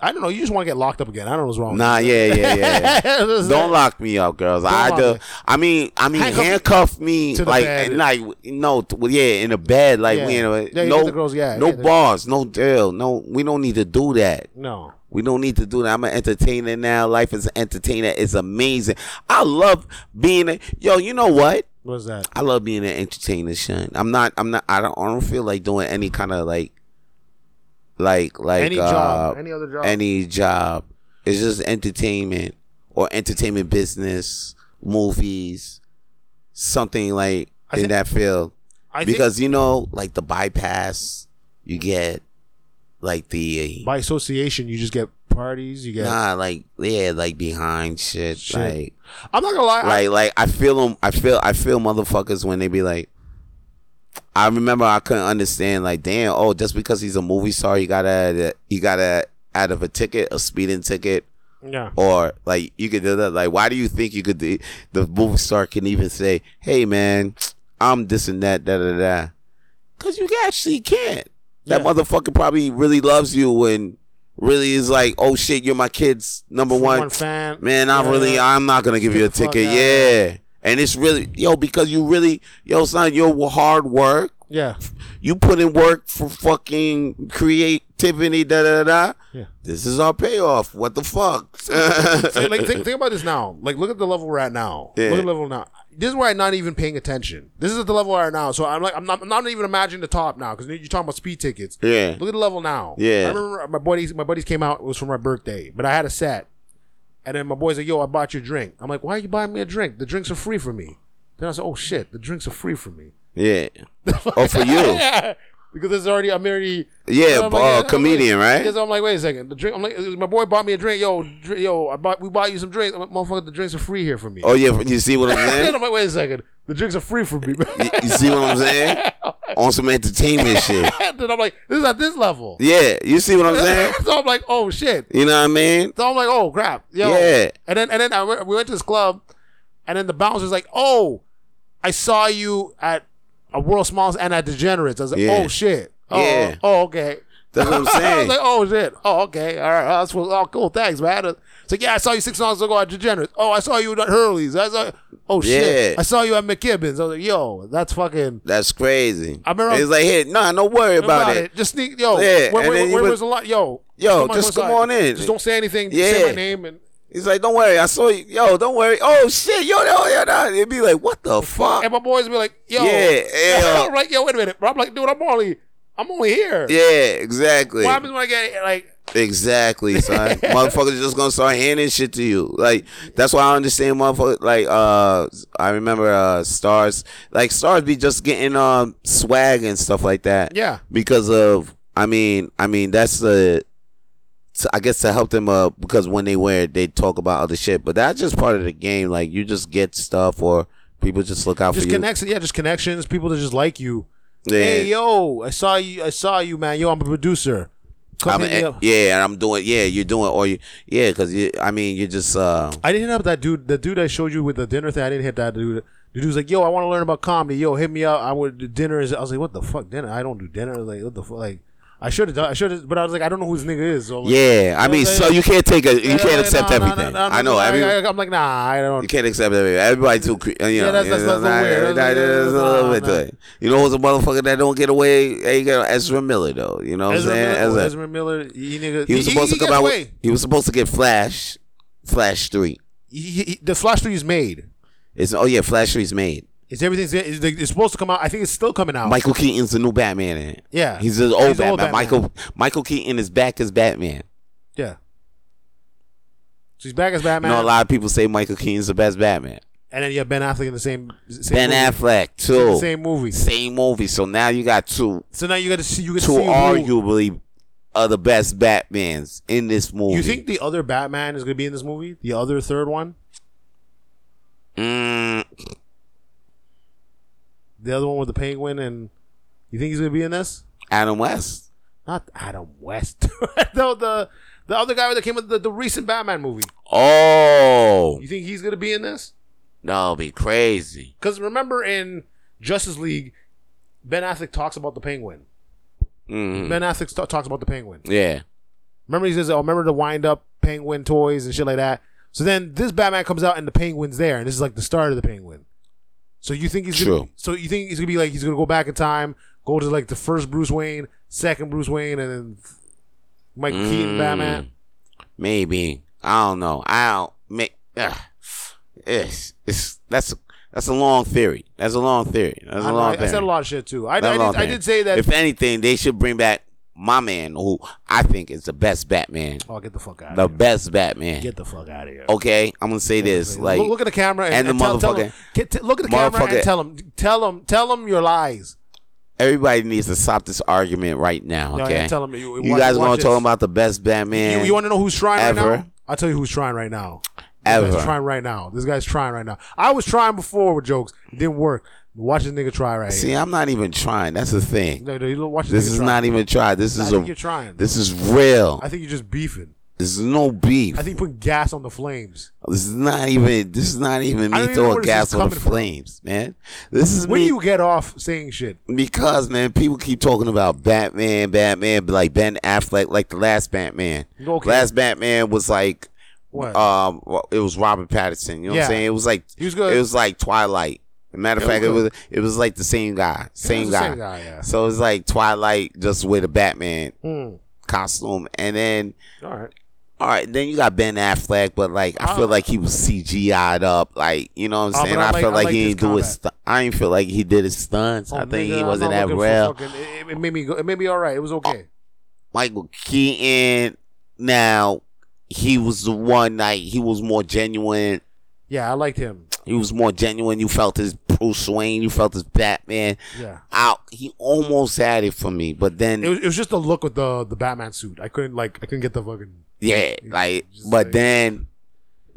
[SPEAKER 2] I don't know. You just want to get locked up again. I don't know what's wrong.
[SPEAKER 1] Nah, yeah, yeah, yeah.
[SPEAKER 2] with you.
[SPEAKER 1] Don't lock me up, girls. I
[SPEAKER 2] lock
[SPEAKER 1] do.
[SPEAKER 2] me.
[SPEAKER 1] I mean, I mean,
[SPEAKER 2] Handcuff
[SPEAKER 1] handcuff,
[SPEAKER 2] me
[SPEAKER 1] me
[SPEAKER 2] to the
[SPEAKER 1] like,
[SPEAKER 2] bed.
[SPEAKER 1] and like, no, t- well, yeah, in a bed, like we in
[SPEAKER 2] Yeah.
[SPEAKER 1] a
[SPEAKER 2] Yeah, you get
[SPEAKER 1] no,
[SPEAKER 2] the girls, yeah,
[SPEAKER 1] no
[SPEAKER 2] yeah, the-
[SPEAKER 1] bars, no jail, no. We don't need to do that.
[SPEAKER 2] no.
[SPEAKER 1] We don't need to do that. I'm an entertainer now. Life as an entertainer is amazing. I love being a yo. You know what?
[SPEAKER 2] What's that?
[SPEAKER 1] I love being an entertainer, Sean. I'm not. I'm not. I don't. I don't feel like doing any kind of like, like, like
[SPEAKER 2] Any
[SPEAKER 1] uh,
[SPEAKER 2] job, any other job.
[SPEAKER 1] any job. It's just entertainment or entertainment business, movies, something like
[SPEAKER 2] I
[SPEAKER 1] in
[SPEAKER 2] thi-
[SPEAKER 1] that field.
[SPEAKER 2] I think
[SPEAKER 1] because you know, like the bypass, you get like the
[SPEAKER 2] by association you just get parties. You get.
[SPEAKER 1] nah, like yeah, like behind shit,
[SPEAKER 2] Shit.
[SPEAKER 1] like
[SPEAKER 2] I'm not gonna lie. I-
[SPEAKER 1] like like I feel 'em- I feel I feel motherfuckers when they be like. I remember I couldn't understand like damn oh just because he's a movie star he got to he got to out of a ticket a speeding ticket
[SPEAKER 2] yeah.
[SPEAKER 1] or like you could do that like why do you think you could do, the movie star can even say hey man I'm this and that da da da because you actually can't that
[SPEAKER 2] Yeah.
[SPEAKER 1] motherfucker probably really loves you and really is like oh shit you're my kid's number one
[SPEAKER 2] fan.
[SPEAKER 1] man, I
[SPEAKER 2] Yeah.
[SPEAKER 1] really, I'm not gonna give you a
[SPEAKER 2] Get the fuck
[SPEAKER 1] ticket.
[SPEAKER 2] out.
[SPEAKER 1] Yeah, and it's really, yo, because you really, yo, son, your hard work,
[SPEAKER 2] Yeah.
[SPEAKER 1] you put in work for fucking creativity, da da da.
[SPEAKER 2] Yeah.
[SPEAKER 1] This is our payoff. What the fuck?
[SPEAKER 2] So, like think, think about this now. Like look at the level we're at now.
[SPEAKER 1] Yeah.
[SPEAKER 2] Look at the level now. This is where I'm not even paying attention. This is at the level we're at now. So I'm like I'm not, I'm not even imagining the top now because you're talking about speed tickets.
[SPEAKER 1] yeah,
[SPEAKER 2] Look at the level now.
[SPEAKER 1] Yeah.
[SPEAKER 2] I remember my buddies. My buddies came out. It was for my birthday, but I had a set, and then my boys like, "Yo, I bought you a drink." I'm like, "Why are you buying me a drink? The drinks are free for me." Then I said, "Oh shit, the drinks are free for me."
[SPEAKER 1] yeah. oh, for you,
[SPEAKER 2] yeah, because it's already I'm already
[SPEAKER 1] yeah,
[SPEAKER 2] I'm
[SPEAKER 1] b-
[SPEAKER 2] like,
[SPEAKER 1] uh,
[SPEAKER 2] I'm
[SPEAKER 1] comedian,
[SPEAKER 2] like-
[SPEAKER 1] right?
[SPEAKER 2] Because I'm like, wait a second, the drink. I'm like, my boy bought me a drink. Yo, dr- yo, I bought we bought you some drinks. I'm like, motherfucker, the drinks are free here for me.
[SPEAKER 1] Oh yeah, you see what I'm
[SPEAKER 2] And
[SPEAKER 1] saying?
[SPEAKER 2] I'm like, wait a second, the drinks are free for me.
[SPEAKER 1] You- You see what I'm saying? On some entertainment shit.
[SPEAKER 2] then I'm like, this is at this level.
[SPEAKER 1] Yeah, you see what I'm saying?
[SPEAKER 2] so I'm like, oh shit.
[SPEAKER 1] You know what I mean?
[SPEAKER 2] So I'm like, oh crap, yo.
[SPEAKER 1] Yeah.
[SPEAKER 2] And then and then I went, we went to this club, and then the bouncer's like, oh, I saw you at a World Smalls and at Degenerates. I was like,
[SPEAKER 1] Yeah.
[SPEAKER 2] oh shit. Oh,
[SPEAKER 1] Yeah.
[SPEAKER 2] Oh okay.
[SPEAKER 1] That's what I'm
[SPEAKER 2] I was
[SPEAKER 1] saying.
[SPEAKER 2] like, oh shit. Oh okay. All right. That's what, oh cool. Thanks, man. It's like, yeah, I saw you six months ago at Degenerates. Oh, I saw you at Hurley's. I saw. Oh shit.
[SPEAKER 1] Yeah.
[SPEAKER 2] I saw you at McKibbins. I was like, yo, that's fucking.
[SPEAKER 1] That's crazy.
[SPEAKER 2] I remember-
[SPEAKER 1] it's like, hey, nah, no worry about, it.
[SPEAKER 2] Just sneak, yo.
[SPEAKER 1] Yeah,
[SPEAKER 2] Where,
[SPEAKER 1] and
[SPEAKER 2] where,
[SPEAKER 1] then you
[SPEAKER 2] where
[SPEAKER 1] would-
[SPEAKER 2] was the lot? Yo.
[SPEAKER 1] Yo,
[SPEAKER 2] on,
[SPEAKER 1] just
[SPEAKER 2] go
[SPEAKER 1] come
[SPEAKER 2] inside.
[SPEAKER 1] on in.
[SPEAKER 2] Just don't say anything. Just say
[SPEAKER 1] Yeah.
[SPEAKER 2] my name and.
[SPEAKER 1] He's like, don't worry, I saw you. Yo, don't worry. Oh shit, yo, yo, yo, nah. It'd be like, what the fuck?
[SPEAKER 2] And my boys be like, yo.
[SPEAKER 1] Yeah, yeah.
[SPEAKER 2] I'm like, yo, wait a minute. Bro, I'm like, dude, I'm only, I'm only here.
[SPEAKER 1] Yeah, exactly,
[SPEAKER 2] What happens when I get, like,
[SPEAKER 1] exactly, son. Motherfuckers just gonna start handing shit to you. Like that's why I understand, motherfuckers. Like, uh, I remember uh, stars, like stars, be just getting um swag and stuff like that.
[SPEAKER 2] yeah.
[SPEAKER 1] because of I mean I mean that's the to- I guess to help them up because when they wear it they talk about other shit but that's just part of the game like you just get stuff or people just look out
[SPEAKER 2] Just
[SPEAKER 1] for
[SPEAKER 2] connects, yeah, just connections, people that just like you.
[SPEAKER 1] you yeah
[SPEAKER 2] Hey, yo, I saw you, I saw you, man. Yo, I'm a producer. Come
[SPEAKER 1] I'm
[SPEAKER 2] hit me
[SPEAKER 1] a, e-
[SPEAKER 2] up.
[SPEAKER 1] yeah and I'm doing yeah you're doing or you yeah because you I mean you're just uh
[SPEAKER 2] I didn't hit up that dude. The dude I showed you with the dinner thing, I didn't hit that dude. The dude's like, "Yo, I want to learn about comedy. Yo, hit me up. I would the dinner is." I was like, "What the fuck dinner? I don't do dinner. I was like, what the fuck? Like, I should have done. I should have, but I was like, I don't know who this nigga is. So I'm like,
[SPEAKER 1] yeah I
[SPEAKER 2] Yeah,
[SPEAKER 1] mean
[SPEAKER 2] yeah,
[SPEAKER 1] so
[SPEAKER 2] yeah.
[SPEAKER 1] you can't take a you
[SPEAKER 2] Yeah,
[SPEAKER 1] can't accept
[SPEAKER 2] no, no, no,
[SPEAKER 1] everything
[SPEAKER 2] no, no,
[SPEAKER 1] I know
[SPEAKER 2] I,
[SPEAKER 1] every
[SPEAKER 2] I, am like, nah, I don't.
[SPEAKER 1] you can't accept everything everybody too cre- you know
[SPEAKER 2] that's- that's- that's a little weird.
[SPEAKER 1] that- that's a little bit
[SPEAKER 2] Nah, nah.
[SPEAKER 1] to it. you know who's a motherfucker that don't get away hey you got Ezra Miller though you know what I'm
[SPEAKER 2] Ezra
[SPEAKER 1] saying
[SPEAKER 2] Miller,
[SPEAKER 1] Ezra-
[SPEAKER 2] Ezra Miller, he, nigga,
[SPEAKER 1] He was
[SPEAKER 2] he-
[SPEAKER 1] supposed
[SPEAKER 2] he
[SPEAKER 1] to come
[SPEAKER 2] got
[SPEAKER 1] out.
[SPEAKER 2] away.
[SPEAKER 1] With, he was supposed to get Flash, Flash Three.
[SPEAKER 2] He, he, he- the Flash Three is made.
[SPEAKER 1] It's oh yeah, Flash Three's made.
[SPEAKER 2] It's everything's it's, it's supposed to come out. I think it's still coming out.
[SPEAKER 1] Michael Keaton's the new Batman in it.
[SPEAKER 2] yeah,
[SPEAKER 1] He's the old, Batman. Michael Michael Keaton is back as Batman.
[SPEAKER 2] Yeah. So he's back as
[SPEAKER 1] You
[SPEAKER 2] Batman.
[SPEAKER 1] know, a lot of people say Michael Keaton's the best Batman.
[SPEAKER 2] and then you have Ben Affleck in the same. same
[SPEAKER 1] Ben
[SPEAKER 2] movie.
[SPEAKER 1] Affleck
[SPEAKER 2] In
[SPEAKER 1] too.
[SPEAKER 2] the same movie.
[SPEAKER 1] Same movie. So now you got two,
[SPEAKER 2] So now you got to see. You can
[SPEAKER 1] two
[SPEAKER 2] see who-
[SPEAKER 1] arguably are the best Batmans in this movie.
[SPEAKER 2] You think the other Batman is going to be in this movie? The other third one?
[SPEAKER 1] Mm,
[SPEAKER 2] The other one with the penguin, and you think he's gonna be in this?
[SPEAKER 1] Adam West.
[SPEAKER 2] Not Adam West. no, the the other guy that came with the, the recent Batman movie.
[SPEAKER 1] Oh,
[SPEAKER 2] You think he's gonna be in this?
[SPEAKER 1] that'll be crazy.
[SPEAKER 2] Because remember in Justice League, Ben Affleck talks about the penguin.
[SPEAKER 1] Mm,
[SPEAKER 2] Ben Affleck st- talks about the penguin.
[SPEAKER 1] yeah.
[SPEAKER 2] Remember he says, "Oh, remember the wind up penguin toys and shit like that." So then this Batman comes out and the penguin's there, and this is like the start of the penguin. So you think he's Gonna,
[SPEAKER 1] True.
[SPEAKER 2] so you think he's gonna be like he's gonna go back in time, go to like the first Bruce Wayne, second Bruce Wayne, and then Mike Keaton
[SPEAKER 1] Mm.
[SPEAKER 2] Batman.
[SPEAKER 1] Maybe. I don't know. I don't make. Ugh. It's, it's that's that's a long theory. That's a long theory. That's
[SPEAKER 2] I,
[SPEAKER 1] a
[SPEAKER 2] don't know,
[SPEAKER 1] long
[SPEAKER 2] I, I
[SPEAKER 1] theory.
[SPEAKER 2] said a lot of shit too. I, I,
[SPEAKER 1] That's a long
[SPEAKER 2] did, I
[SPEAKER 1] theory.
[SPEAKER 2] did say that.
[SPEAKER 1] If anything, they should bring back my man, who I think is the best Batman.
[SPEAKER 2] oh, get the fuck out!
[SPEAKER 1] The
[SPEAKER 2] of here.
[SPEAKER 1] best Batman.
[SPEAKER 2] Get the fuck out of here.
[SPEAKER 1] Okay, I'm gonna say this.
[SPEAKER 2] Look-
[SPEAKER 1] Like,
[SPEAKER 2] look, at the camera and,
[SPEAKER 1] and the
[SPEAKER 2] and tell, tell 'em-
[SPEAKER 1] motherfucking-
[SPEAKER 2] get- t- look at the camera and
[SPEAKER 1] motherfucking-
[SPEAKER 2] tell him, tell him, tell him your lies.
[SPEAKER 1] everybody needs to stop this argument right now.
[SPEAKER 2] No,
[SPEAKER 1] Okay,
[SPEAKER 2] yeah, tell 'em. You-
[SPEAKER 1] you,
[SPEAKER 2] watch-
[SPEAKER 1] guys
[SPEAKER 2] watch
[SPEAKER 1] want to talk
[SPEAKER 2] this.
[SPEAKER 1] about the best Batman?
[SPEAKER 2] You, you want to know who's trying right
[SPEAKER 1] ever.
[SPEAKER 2] now? I'll tell you who's trying right now. This
[SPEAKER 1] Ever.
[SPEAKER 2] guy's trying right now. This guy's trying right now. I was trying before with jokes. It didn't work. Watch this nigga try right
[SPEAKER 1] See,
[SPEAKER 2] here.
[SPEAKER 1] I'm not even trying. That's the thing.
[SPEAKER 2] No, no, you don't watch this,
[SPEAKER 1] This
[SPEAKER 2] nigga
[SPEAKER 1] is
[SPEAKER 2] try.
[SPEAKER 1] not even tried. This
[SPEAKER 2] I
[SPEAKER 1] is
[SPEAKER 2] think you're
[SPEAKER 1] a.
[SPEAKER 2] trying.
[SPEAKER 1] This is real.
[SPEAKER 2] I think you're just beefing.
[SPEAKER 1] This is no beef.
[SPEAKER 2] I think you put gas on the flames.
[SPEAKER 1] This is not even. This is not even
[SPEAKER 2] I
[SPEAKER 1] me
[SPEAKER 2] don't even know
[SPEAKER 1] throwing
[SPEAKER 2] where this
[SPEAKER 1] gas
[SPEAKER 2] is
[SPEAKER 1] on the
[SPEAKER 2] coming from.
[SPEAKER 1] flames, man. This is
[SPEAKER 2] When
[SPEAKER 1] me
[SPEAKER 2] do you get off saying shit?
[SPEAKER 1] because man, people keep talking about Batman, Batman, but like Ben Affleck, like the last Batman.
[SPEAKER 2] Okay.
[SPEAKER 1] Last Batman was like,
[SPEAKER 2] What?
[SPEAKER 1] um, well, it was Robert Pattinson. You know what
[SPEAKER 2] Yeah.
[SPEAKER 1] I'm saying? It was like
[SPEAKER 2] He was good.
[SPEAKER 1] It was like Twilight. Matter of
[SPEAKER 2] It
[SPEAKER 1] fact,
[SPEAKER 2] was
[SPEAKER 1] it was it was like the same guy, same
[SPEAKER 2] the
[SPEAKER 1] guy.
[SPEAKER 2] same guy, yeah.
[SPEAKER 1] So it's like Twilight just with a Batman
[SPEAKER 2] Hmm.
[SPEAKER 1] costume, and then
[SPEAKER 2] All right.
[SPEAKER 1] all right, then you got Ben Affleck, but like I feel
[SPEAKER 2] Uh,
[SPEAKER 1] like he was CGI'd up, like you know what
[SPEAKER 2] Uh,
[SPEAKER 1] I'm
[SPEAKER 2] but
[SPEAKER 1] saying.
[SPEAKER 2] I
[SPEAKER 1] I,
[SPEAKER 2] like-
[SPEAKER 1] feel
[SPEAKER 2] I
[SPEAKER 1] like
[SPEAKER 2] like
[SPEAKER 1] he
[SPEAKER 2] his
[SPEAKER 1] didn't do his.
[SPEAKER 2] combat.
[SPEAKER 1] Stu- I didn't feel like he did his stunts. I
[SPEAKER 2] Oh,
[SPEAKER 1] think
[SPEAKER 2] nigga,
[SPEAKER 1] he
[SPEAKER 2] I'm
[SPEAKER 1] wasn't
[SPEAKER 2] not
[SPEAKER 1] that
[SPEAKER 2] looking for
[SPEAKER 1] real.
[SPEAKER 2] fucking- it, it made me. Go, it made me all right. It was okay.
[SPEAKER 1] Michael Keaton, now he was the one like he was more genuine.
[SPEAKER 2] Yeah, I liked him.
[SPEAKER 1] He was more genuine. You felt his Bruce Wayne. You felt his Batman.
[SPEAKER 2] Yeah.
[SPEAKER 1] Out. He almost had it for me, but then
[SPEAKER 2] It was, it was just the look with the the Batman suit. I couldn't like. I couldn't get the fucking.
[SPEAKER 1] Yeah, like,
[SPEAKER 2] Just
[SPEAKER 1] but
[SPEAKER 2] like-
[SPEAKER 1] then,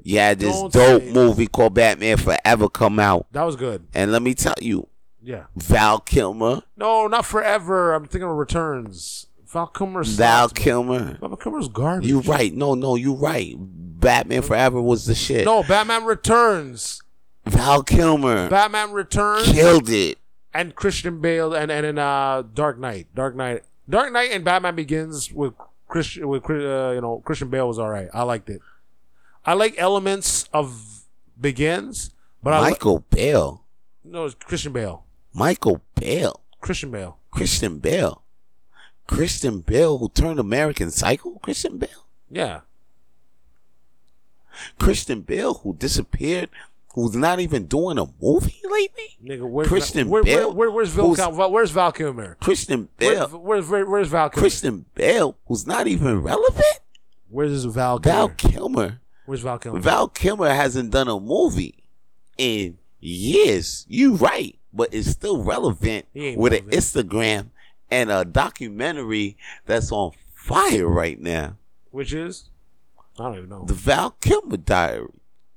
[SPEAKER 1] yeah, this
[SPEAKER 2] Don't
[SPEAKER 1] dope
[SPEAKER 2] say-
[SPEAKER 1] movie called Batman Forever come out,
[SPEAKER 2] That was good.
[SPEAKER 1] and let me tell you,
[SPEAKER 2] Yeah.
[SPEAKER 1] Val Kilmer,
[SPEAKER 2] No, not forever. I'm thinking of returns. Val Kilmer.
[SPEAKER 1] Val
[SPEAKER 2] sucks,
[SPEAKER 1] Kilmer.
[SPEAKER 2] bro. Val Kilmer's garbage.
[SPEAKER 1] You right? No, no, you right. Batman Forever was the shit.
[SPEAKER 2] No, Batman Returns.
[SPEAKER 1] Val Kilmer
[SPEAKER 2] Batman Returns
[SPEAKER 1] killed it.
[SPEAKER 2] and Christian Bale and and, and uh, Dark Knight. Dark Knight. Dark Knight and Batman Begins with Christian with Chris- uh, you know Christian Bale was all right. I liked it. I like elements of Begins, but I like
[SPEAKER 1] Michael Bale,
[SPEAKER 2] no it's Christian Bale.
[SPEAKER 1] Michael Bale,
[SPEAKER 2] Christian Bale.
[SPEAKER 1] Christian Bale, Christian Bale who turned American Psycho. Christian Bale,
[SPEAKER 2] Yeah.
[SPEAKER 1] Christian Bale who disappeared, who's not even doing a movie lately.
[SPEAKER 2] Nigga, where's
[SPEAKER 1] Christian
[SPEAKER 2] where, where-
[SPEAKER 1] Bale?
[SPEAKER 2] where- where's Val,
[SPEAKER 1] Who's-
[SPEAKER 2] Val, where's Val Kilmer?
[SPEAKER 1] Christian
[SPEAKER 2] Where,
[SPEAKER 1] Bale.
[SPEAKER 2] where's where, where's Val Kilmer?
[SPEAKER 1] Christian Bale, who's not even relevant.
[SPEAKER 2] Where's Val Kilmer?
[SPEAKER 1] Val Kilmer.
[SPEAKER 2] Where's Val Kilmer?
[SPEAKER 1] Val Kilmer hasn't done a movie in years. You right, but it's still relevant
[SPEAKER 2] He ain't
[SPEAKER 1] with an
[SPEAKER 2] relevant.
[SPEAKER 1] Instagram and a documentary that's on fire right now.
[SPEAKER 2] Which is? I don't even know.
[SPEAKER 1] The Val Kilmer diary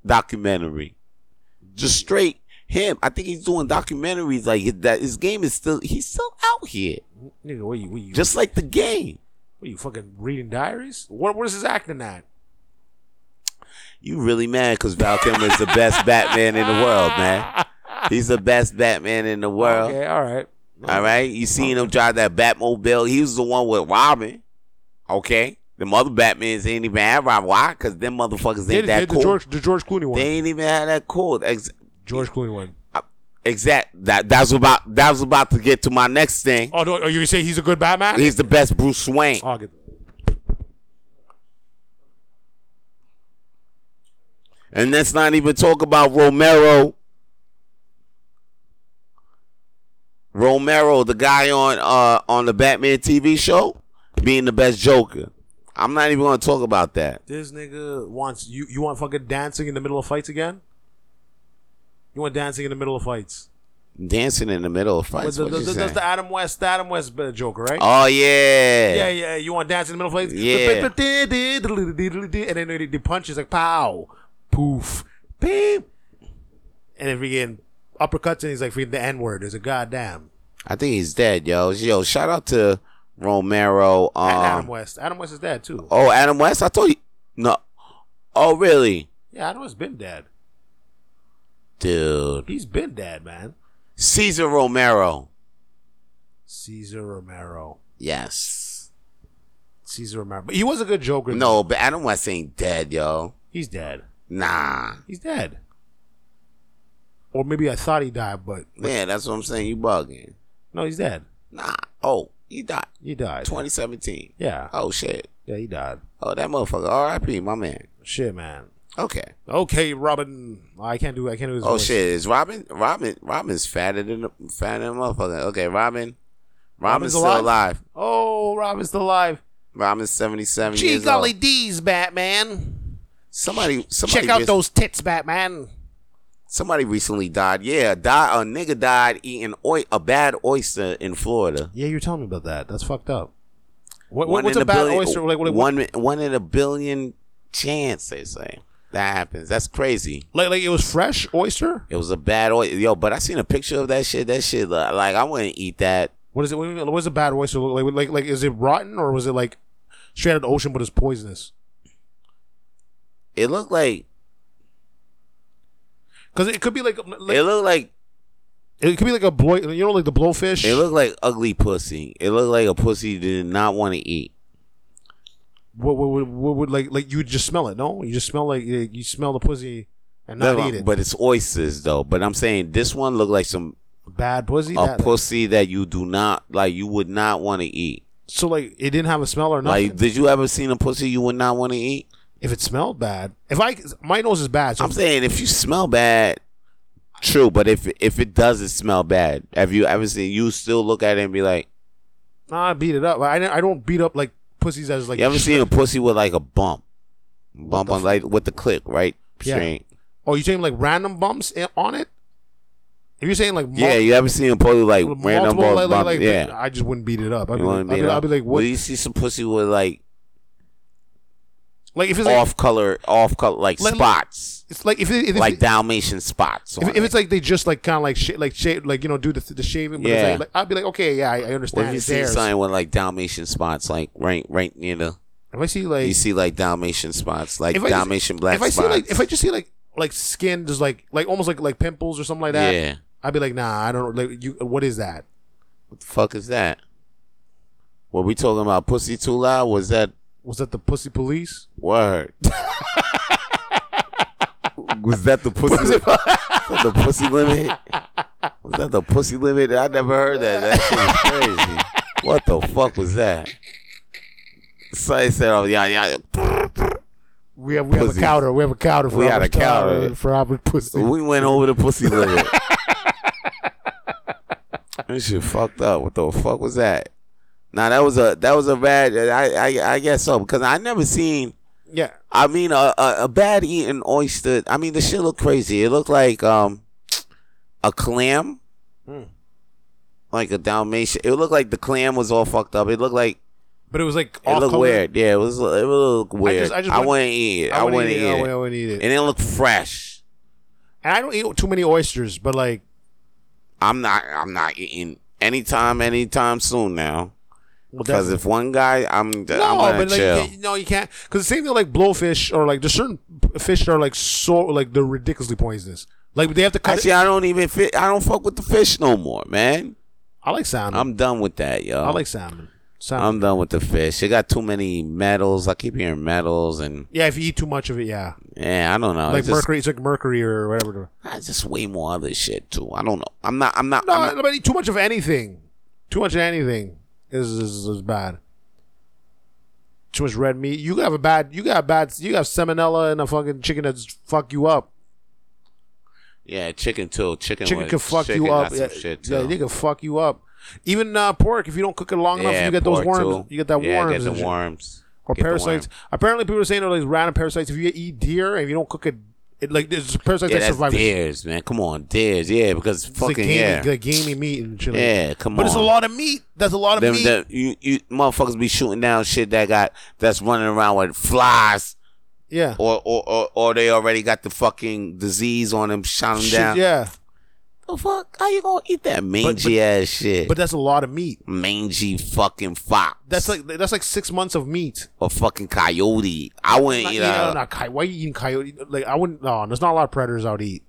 [SPEAKER 1] documentary. Just straight him. I think he's doing documentaries like that. His game is still he's still out here.
[SPEAKER 2] Nigga, what you, what you,
[SPEAKER 1] Just like the game.
[SPEAKER 2] what you fucking reading diaries? What, what is his acting at?
[SPEAKER 1] You really mad because Val Kilmer is the best Batman in the world, man. He's the best Batman in the world.
[SPEAKER 2] okay, all right.
[SPEAKER 1] All right, you seen him drive that Batmobile. He was the one with Robin. Okay, the other Batmans ain't even have Robin. Why? Because them motherfuckers
[SPEAKER 2] They
[SPEAKER 1] ain't
[SPEAKER 2] did,
[SPEAKER 1] that
[SPEAKER 2] did
[SPEAKER 1] cool.
[SPEAKER 2] the George, the George Clooney one.
[SPEAKER 1] they ain't even had that cool. Ex-
[SPEAKER 2] George Clooney one.
[SPEAKER 1] exact. That that's about that was about to get to my next thing.
[SPEAKER 2] Oh, no, are you gonna say he's a good Batman?
[SPEAKER 1] He's the best Bruce Wayne.
[SPEAKER 2] oh, I'll get,
[SPEAKER 1] And let's not even talk about Romero. Romero, the guy on uh on the Batman TV show, being the best Joker. I'm not even gonna talk about that.
[SPEAKER 2] this nigga wants you. You want fucking dancing in the middle of fights again? You want dancing in the middle of fights?
[SPEAKER 1] Dancing in the middle of
[SPEAKER 2] But
[SPEAKER 1] fights.
[SPEAKER 2] the,
[SPEAKER 1] what
[SPEAKER 2] the,
[SPEAKER 1] you
[SPEAKER 2] the,
[SPEAKER 1] saying?
[SPEAKER 2] that's the Adam West, the Adam West uh, Joker, right?
[SPEAKER 1] oh yeah.
[SPEAKER 2] Yeah, yeah. You want dance in the middle of the place?
[SPEAKER 1] Yeah.
[SPEAKER 2] And then the punch is like pow, poof, beep. and if we getting uppercuts and he's like freaking the N word. There's a goddamn
[SPEAKER 1] I think he's dead, yo. Yo, shout out to Romero. Um,
[SPEAKER 2] and Adam West. Adam West is dead too.
[SPEAKER 1] Oh, Adam West. I thought he no. Oh, really,
[SPEAKER 2] Yeah, Adam West's been dead.
[SPEAKER 1] dude?
[SPEAKER 2] He's been dead, man.
[SPEAKER 1] Caesar Romero.
[SPEAKER 2] Caesar Romero.
[SPEAKER 1] Yes.
[SPEAKER 2] Caesar Romero. But he was a good Joker.
[SPEAKER 1] No, but Adam West ain't dead, yo.
[SPEAKER 2] he's dead.
[SPEAKER 1] Nah.
[SPEAKER 2] He's dead. Or maybe I thought he died, but
[SPEAKER 1] Yeah, that's what I'm saying. You bugging.
[SPEAKER 2] no, he's dead.
[SPEAKER 1] Nah. Oh, he died
[SPEAKER 2] He died.
[SPEAKER 1] 2017.
[SPEAKER 2] Yeah,
[SPEAKER 1] Oh shit.
[SPEAKER 2] yeah, he died.
[SPEAKER 1] Oh, that motherfucker. R.I.P. My man.
[SPEAKER 2] Shit, man.
[SPEAKER 1] Okay.
[SPEAKER 2] Okay, Robin. I can't do. I can't do his
[SPEAKER 1] Oh
[SPEAKER 2] voice.
[SPEAKER 1] shit. Is Robin? Robin? Robin's fatter than the fatter than a motherfucker. Okay, Robin. Robin's,
[SPEAKER 2] Robin's
[SPEAKER 1] still alive.
[SPEAKER 2] alive? Oh, Robin's still alive.
[SPEAKER 1] Robin's 77
[SPEAKER 2] Gee
[SPEAKER 1] years
[SPEAKER 2] golly
[SPEAKER 1] old.
[SPEAKER 2] D's, Batman.
[SPEAKER 1] uh, Somebody. Somebody.
[SPEAKER 2] Check out
[SPEAKER 1] just-
[SPEAKER 2] those tits, Batman.
[SPEAKER 1] Somebody recently died. Yeah, died. A nigga died eating oy- a bad oyster in Florida.
[SPEAKER 2] Yeah, you're telling me about that. That's fucked up. What,
[SPEAKER 1] One
[SPEAKER 2] what's
[SPEAKER 1] in
[SPEAKER 2] a
[SPEAKER 1] a
[SPEAKER 2] bad
[SPEAKER 1] billion-
[SPEAKER 2] oyster? Like, like,
[SPEAKER 1] one one in a billion chance. They say that happens. That's crazy.
[SPEAKER 2] like, like it was fresh oyster.
[SPEAKER 1] It was a bad oil. Yo, but I seen a picture of that shit. That shit, li- like, I wouldn't eat that.
[SPEAKER 2] What is it? What, do you mean- what does a bad oyster look like? Like, like is it rotten or was it like straight out of the ocean but it's poisonous?
[SPEAKER 1] It looked like
[SPEAKER 2] Because it could be like, like
[SPEAKER 1] it looked like
[SPEAKER 2] it could be like a blow. You know, like the blowfish.
[SPEAKER 1] it looked like ugly pussy. It looked like a pussy you did not want to eat.
[SPEAKER 2] what, what, what, what would like like you would just smell it? No, you just smell like you you smell the pussy and not
[SPEAKER 1] Never-
[SPEAKER 2] eat it.
[SPEAKER 1] But it's oysters though. But I'm saying this one looked like some
[SPEAKER 2] bad pussy.
[SPEAKER 1] a
[SPEAKER 2] that-
[SPEAKER 1] pussy that you do not like. You would not want to eat.
[SPEAKER 2] so like it didn't have a smell or nothing.
[SPEAKER 1] Like, did you ever seen a pussy you would not want to eat?
[SPEAKER 2] if it smelled bad, if I my nose is bad, so
[SPEAKER 1] I'm saying if you smell bad, true. But if if it doesn't smell bad, have you ever seen? You still look at it and be like,
[SPEAKER 2] nah, I beat it up. I don't- I don't beat up like pussies as like
[SPEAKER 1] you ever seen a pussy with like a bump, bump on like with the click, right?
[SPEAKER 2] Yeah.
[SPEAKER 1] Straight.
[SPEAKER 2] Oh, you saying like random bumps in, on it? If you're saying like mul-
[SPEAKER 1] Yeah, you ever seen a pussy like
[SPEAKER 2] multiple,
[SPEAKER 1] random
[SPEAKER 2] like,
[SPEAKER 1] bump?
[SPEAKER 2] like,
[SPEAKER 1] bump?
[SPEAKER 2] like,
[SPEAKER 1] yeah.
[SPEAKER 2] I just wouldn't beat it up. I'd be,
[SPEAKER 1] You
[SPEAKER 2] like,
[SPEAKER 1] want
[SPEAKER 2] I'd
[SPEAKER 1] to
[SPEAKER 2] be,
[SPEAKER 1] be,
[SPEAKER 2] I'd be like, what?
[SPEAKER 1] Do you see some pussy with like
[SPEAKER 2] Like if it's like,
[SPEAKER 1] off color, off color, like
[SPEAKER 2] Like-
[SPEAKER 1] spots,
[SPEAKER 2] it's like if, it, if it's
[SPEAKER 1] like Dalmatian spots?
[SPEAKER 2] If,
[SPEAKER 1] on
[SPEAKER 2] if
[SPEAKER 1] it.
[SPEAKER 2] it's like they just like kind of like shit, like shit, like you know, do the the shaving, but
[SPEAKER 1] Yeah.
[SPEAKER 2] it's like, like I'd be like, okay, yeah, I, I
[SPEAKER 1] What
[SPEAKER 2] understand.
[SPEAKER 1] if you
[SPEAKER 2] it's
[SPEAKER 1] see
[SPEAKER 2] theirs.
[SPEAKER 1] something with like Dalmatian spots, like right, right near the?
[SPEAKER 2] If I see like,
[SPEAKER 1] You see like Dalmatian spots, like
[SPEAKER 2] if I just-
[SPEAKER 1] Dalmatian black
[SPEAKER 2] if I see
[SPEAKER 1] spots.
[SPEAKER 2] like, if I just see like, like skin, just like, like almost like like pimples or something like that,
[SPEAKER 1] yeah,
[SPEAKER 2] I'd be like, nah, I don't like you. What is that?
[SPEAKER 1] what the fuck is that? Were we talking about pussy too loud? Was that
[SPEAKER 2] Was that the pussy police?
[SPEAKER 1] word? was that the pussy? was that the pussy limit? Was that the pussy limit? I never heard that. That shit was crazy. What the fuck was that? Somebody said, "Oh yeah, yeah."
[SPEAKER 2] We have we have
[SPEAKER 1] Pussy.
[SPEAKER 2] a counter. We have a counter for
[SPEAKER 1] We had
[SPEAKER 2] Robert
[SPEAKER 1] a counter.
[SPEAKER 2] Tyler, for Robert Pussy.
[SPEAKER 1] We went over the pussy limit. this shit fucked up. What the fuck was that? Nah, that was a that was a bad. I I, I guess so because I never seen.
[SPEAKER 2] yeah,
[SPEAKER 1] I mean, a, a a bad eating oyster. I mean, the shit looked crazy. It looked like um a clam,
[SPEAKER 2] Mm.
[SPEAKER 1] like a Dalmatian. It looked like the clam was all fucked up. It looked like
[SPEAKER 2] but it was like
[SPEAKER 1] it looked weird. Yeah, it was it looked weird. I,
[SPEAKER 2] I just wouldn't-
[SPEAKER 1] wouldn't eat it. I, wouldn't eat, it.
[SPEAKER 2] I wouldn't eat it.
[SPEAKER 1] And it looked fresh.
[SPEAKER 2] And I don't eat too many oysters, but like
[SPEAKER 1] I'm not. I'm not eating anytime, anytime soon now.
[SPEAKER 2] well,
[SPEAKER 1] Because if one guy, I'm, I'm
[SPEAKER 2] no,
[SPEAKER 1] gonna
[SPEAKER 2] but like
[SPEAKER 1] chill.
[SPEAKER 2] You, no, you can't. Because the same thing like blowfish or like there's certain p- fish that are like so like they're ridiculously poisonous. Like they have to cut.
[SPEAKER 1] Actually, I don't even fit. I don't fuck with the fish no more, man.
[SPEAKER 2] I like salmon.
[SPEAKER 1] I'm done with that, yo.
[SPEAKER 2] Mm. I like salmon. Salmon.
[SPEAKER 1] I'm done with the fish. It got too many metals. I keep hearing metals, and
[SPEAKER 2] yeah, if you eat too much of it, yeah,
[SPEAKER 1] yeah, I don't know.
[SPEAKER 2] like
[SPEAKER 1] it's just,
[SPEAKER 2] mercury. It's like mercury or whatever.
[SPEAKER 1] I just way more other shit too. I don't know. I'm not. I'm not.
[SPEAKER 2] No,
[SPEAKER 1] I'm not-
[SPEAKER 2] I mean, too much of anything. Too much of anything is, is is bad. Too much red meat. You could have a bad. You got bad. You got salmonella and a fucking chicken that's fuck you up.
[SPEAKER 1] yeah, chicken too. Chicken.
[SPEAKER 2] Chicken
[SPEAKER 1] was-
[SPEAKER 2] can fuck
[SPEAKER 1] chicken
[SPEAKER 2] you
[SPEAKER 1] got
[SPEAKER 2] up.
[SPEAKER 1] some
[SPEAKER 2] Yeah,
[SPEAKER 1] shit
[SPEAKER 2] yeah,
[SPEAKER 1] too.
[SPEAKER 2] they can fuck you up. Even uh, pork, if you don't cook it long enough,
[SPEAKER 1] Yeah,
[SPEAKER 2] you get those
[SPEAKER 1] pork,
[SPEAKER 2] worms.
[SPEAKER 1] too.
[SPEAKER 2] You get that
[SPEAKER 1] yeah,
[SPEAKER 2] worms
[SPEAKER 1] Get the
[SPEAKER 2] and shit.
[SPEAKER 1] worms.
[SPEAKER 2] or
[SPEAKER 1] Get the
[SPEAKER 2] parasites.
[SPEAKER 1] worm.
[SPEAKER 2] Apparently, people are saying there are these random parasites. If you eat deer and you don't cook it, it like there's parasites
[SPEAKER 1] Yeah,
[SPEAKER 2] that
[SPEAKER 1] that's
[SPEAKER 2] survive.
[SPEAKER 1] deers, man. Come on, deers. Yeah, because
[SPEAKER 2] It's like
[SPEAKER 1] fucking
[SPEAKER 2] gamey,
[SPEAKER 1] yeah.
[SPEAKER 2] like gamey meat and shit. like that.
[SPEAKER 1] Yeah, come
[SPEAKER 2] but
[SPEAKER 1] on.
[SPEAKER 2] it's a lot of meat. That's a lot of
[SPEAKER 1] Them,
[SPEAKER 2] meat.
[SPEAKER 1] them- you, you motherfuckers be shooting down shit that got that's running around with flies,
[SPEAKER 2] Yeah.
[SPEAKER 1] or or or, or they already got the fucking disease on them, shot them
[SPEAKER 2] Shit,
[SPEAKER 1] down.
[SPEAKER 2] yeah.
[SPEAKER 1] The fuck? How you gonna eat that mangy ass shit?
[SPEAKER 2] But that's a lot of meat.
[SPEAKER 1] mangy fucking fox.
[SPEAKER 2] That's like that's like six months of meat.
[SPEAKER 1] or fucking coyote. I wouldn't
[SPEAKER 2] Not,
[SPEAKER 1] eat
[SPEAKER 2] you
[SPEAKER 1] a
[SPEAKER 2] know, not coy- why you eating coyote? Like I wouldn't. No, there's not a lot of predators out to eat.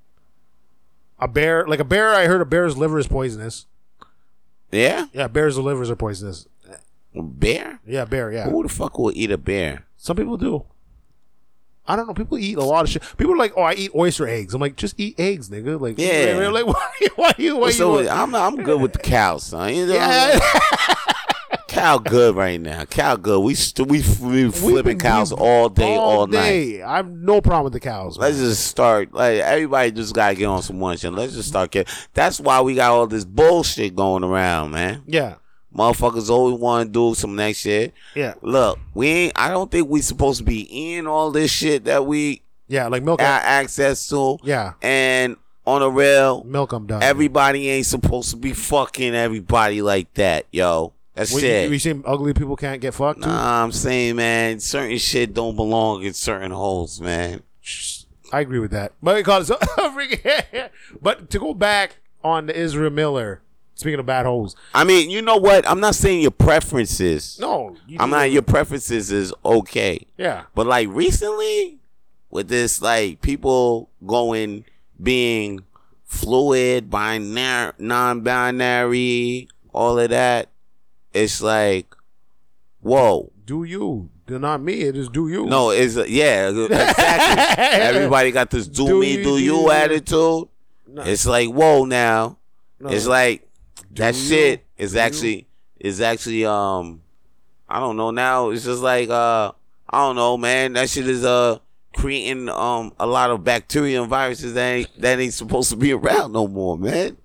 [SPEAKER 2] A bear, like a bear, I heard a bear's liver is poisonous.
[SPEAKER 1] yeah
[SPEAKER 2] Yeah, bears' livers are poisonous.
[SPEAKER 1] bear.
[SPEAKER 2] Yeah, bear. Yeah,
[SPEAKER 1] Who the fuck would eat a bear?
[SPEAKER 2] some people do. I don't know. People eat a lot of shit. People are like, "Oh, I eat oyster eggs." I'm like, "Just eat eggs, nigga." Like,
[SPEAKER 1] Yeah.
[SPEAKER 2] like why, why you? Why you?
[SPEAKER 1] So I'm I'm good with the cow, son. You know,
[SPEAKER 2] yeah,
[SPEAKER 1] cow good right now. Cow good. We st- we, f- we flipping
[SPEAKER 2] been-
[SPEAKER 1] cows
[SPEAKER 2] we've-
[SPEAKER 1] all day, all, night.
[SPEAKER 2] day. I have no problem with the cows.
[SPEAKER 1] Let's just start. Like everybody just gotta get on some one shit. Let's just start. Get, that's why we got all this bullshit going around, man.
[SPEAKER 2] Yeah,
[SPEAKER 1] Motherfuckers always want to do some next shit.
[SPEAKER 2] yeah,
[SPEAKER 1] Look, we ain't. I don't think we supposed to be in all this shit that we
[SPEAKER 2] yeah. Like milk.
[SPEAKER 1] got access to.
[SPEAKER 2] yeah,
[SPEAKER 1] And on a rail,
[SPEAKER 2] milk. I'm done.
[SPEAKER 1] Everybody ain't supposed to be fucking everybody like that, yo. That's
[SPEAKER 2] What, you,
[SPEAKER 1] it.
[SPEAKER 2] you seen ugly people can't get fucked. too?
[SPEAKER 1] nah, I'm saying, man, certain shit don't belong in certain holes, man.
[SPEAKER 2] I agree with that. But, because, but to go back on the Israel Miller, speaking of bad holes,
[SPEAKER 1] I mean, you know what? I'm not saying your preferences.
[SPEAKER 2] no, you
[SPEAKER 1] I'm
[SPEAKER 2] do-
[SPEAKER 1] not. Your preferences is okay,
[SPEAKER 2] Yeah,
[SPEAKER 1] but like recently, with this, like people going being fluid, binar- non-binary, all of that. It's like, whoa.
[SPEAKER 2] do you? They're not me. It is do you.
[SPEAKER 1] No, it's yeah, exactly. Everybody got this do,
[SPEAKER 2] Do
[SPEAKER 1] me,
[SPEAKER 2] you,
[SPEAKER 1] do
[SPEAKER 2] do
[SPEAKER 1] you
[SPEAKER 2] you.
[SPEAKER 1] attitude.
[SPEAKER 2] No.
[SPEAKER 1] It's like whoa now.
[SPEAKER 2] No.
[SPEAKER 1] It's like that
[SPEAKER 2] you,
[SPEAKER 1] shit is
[SPEAKER 2] do you.
[SPEAKER 1] actually is actually um I don't know now. It's just like uh I don't know, man. That shit is uh creating um a lot of bacteria and viruses that ain't that ain't supposed to be around no more, man.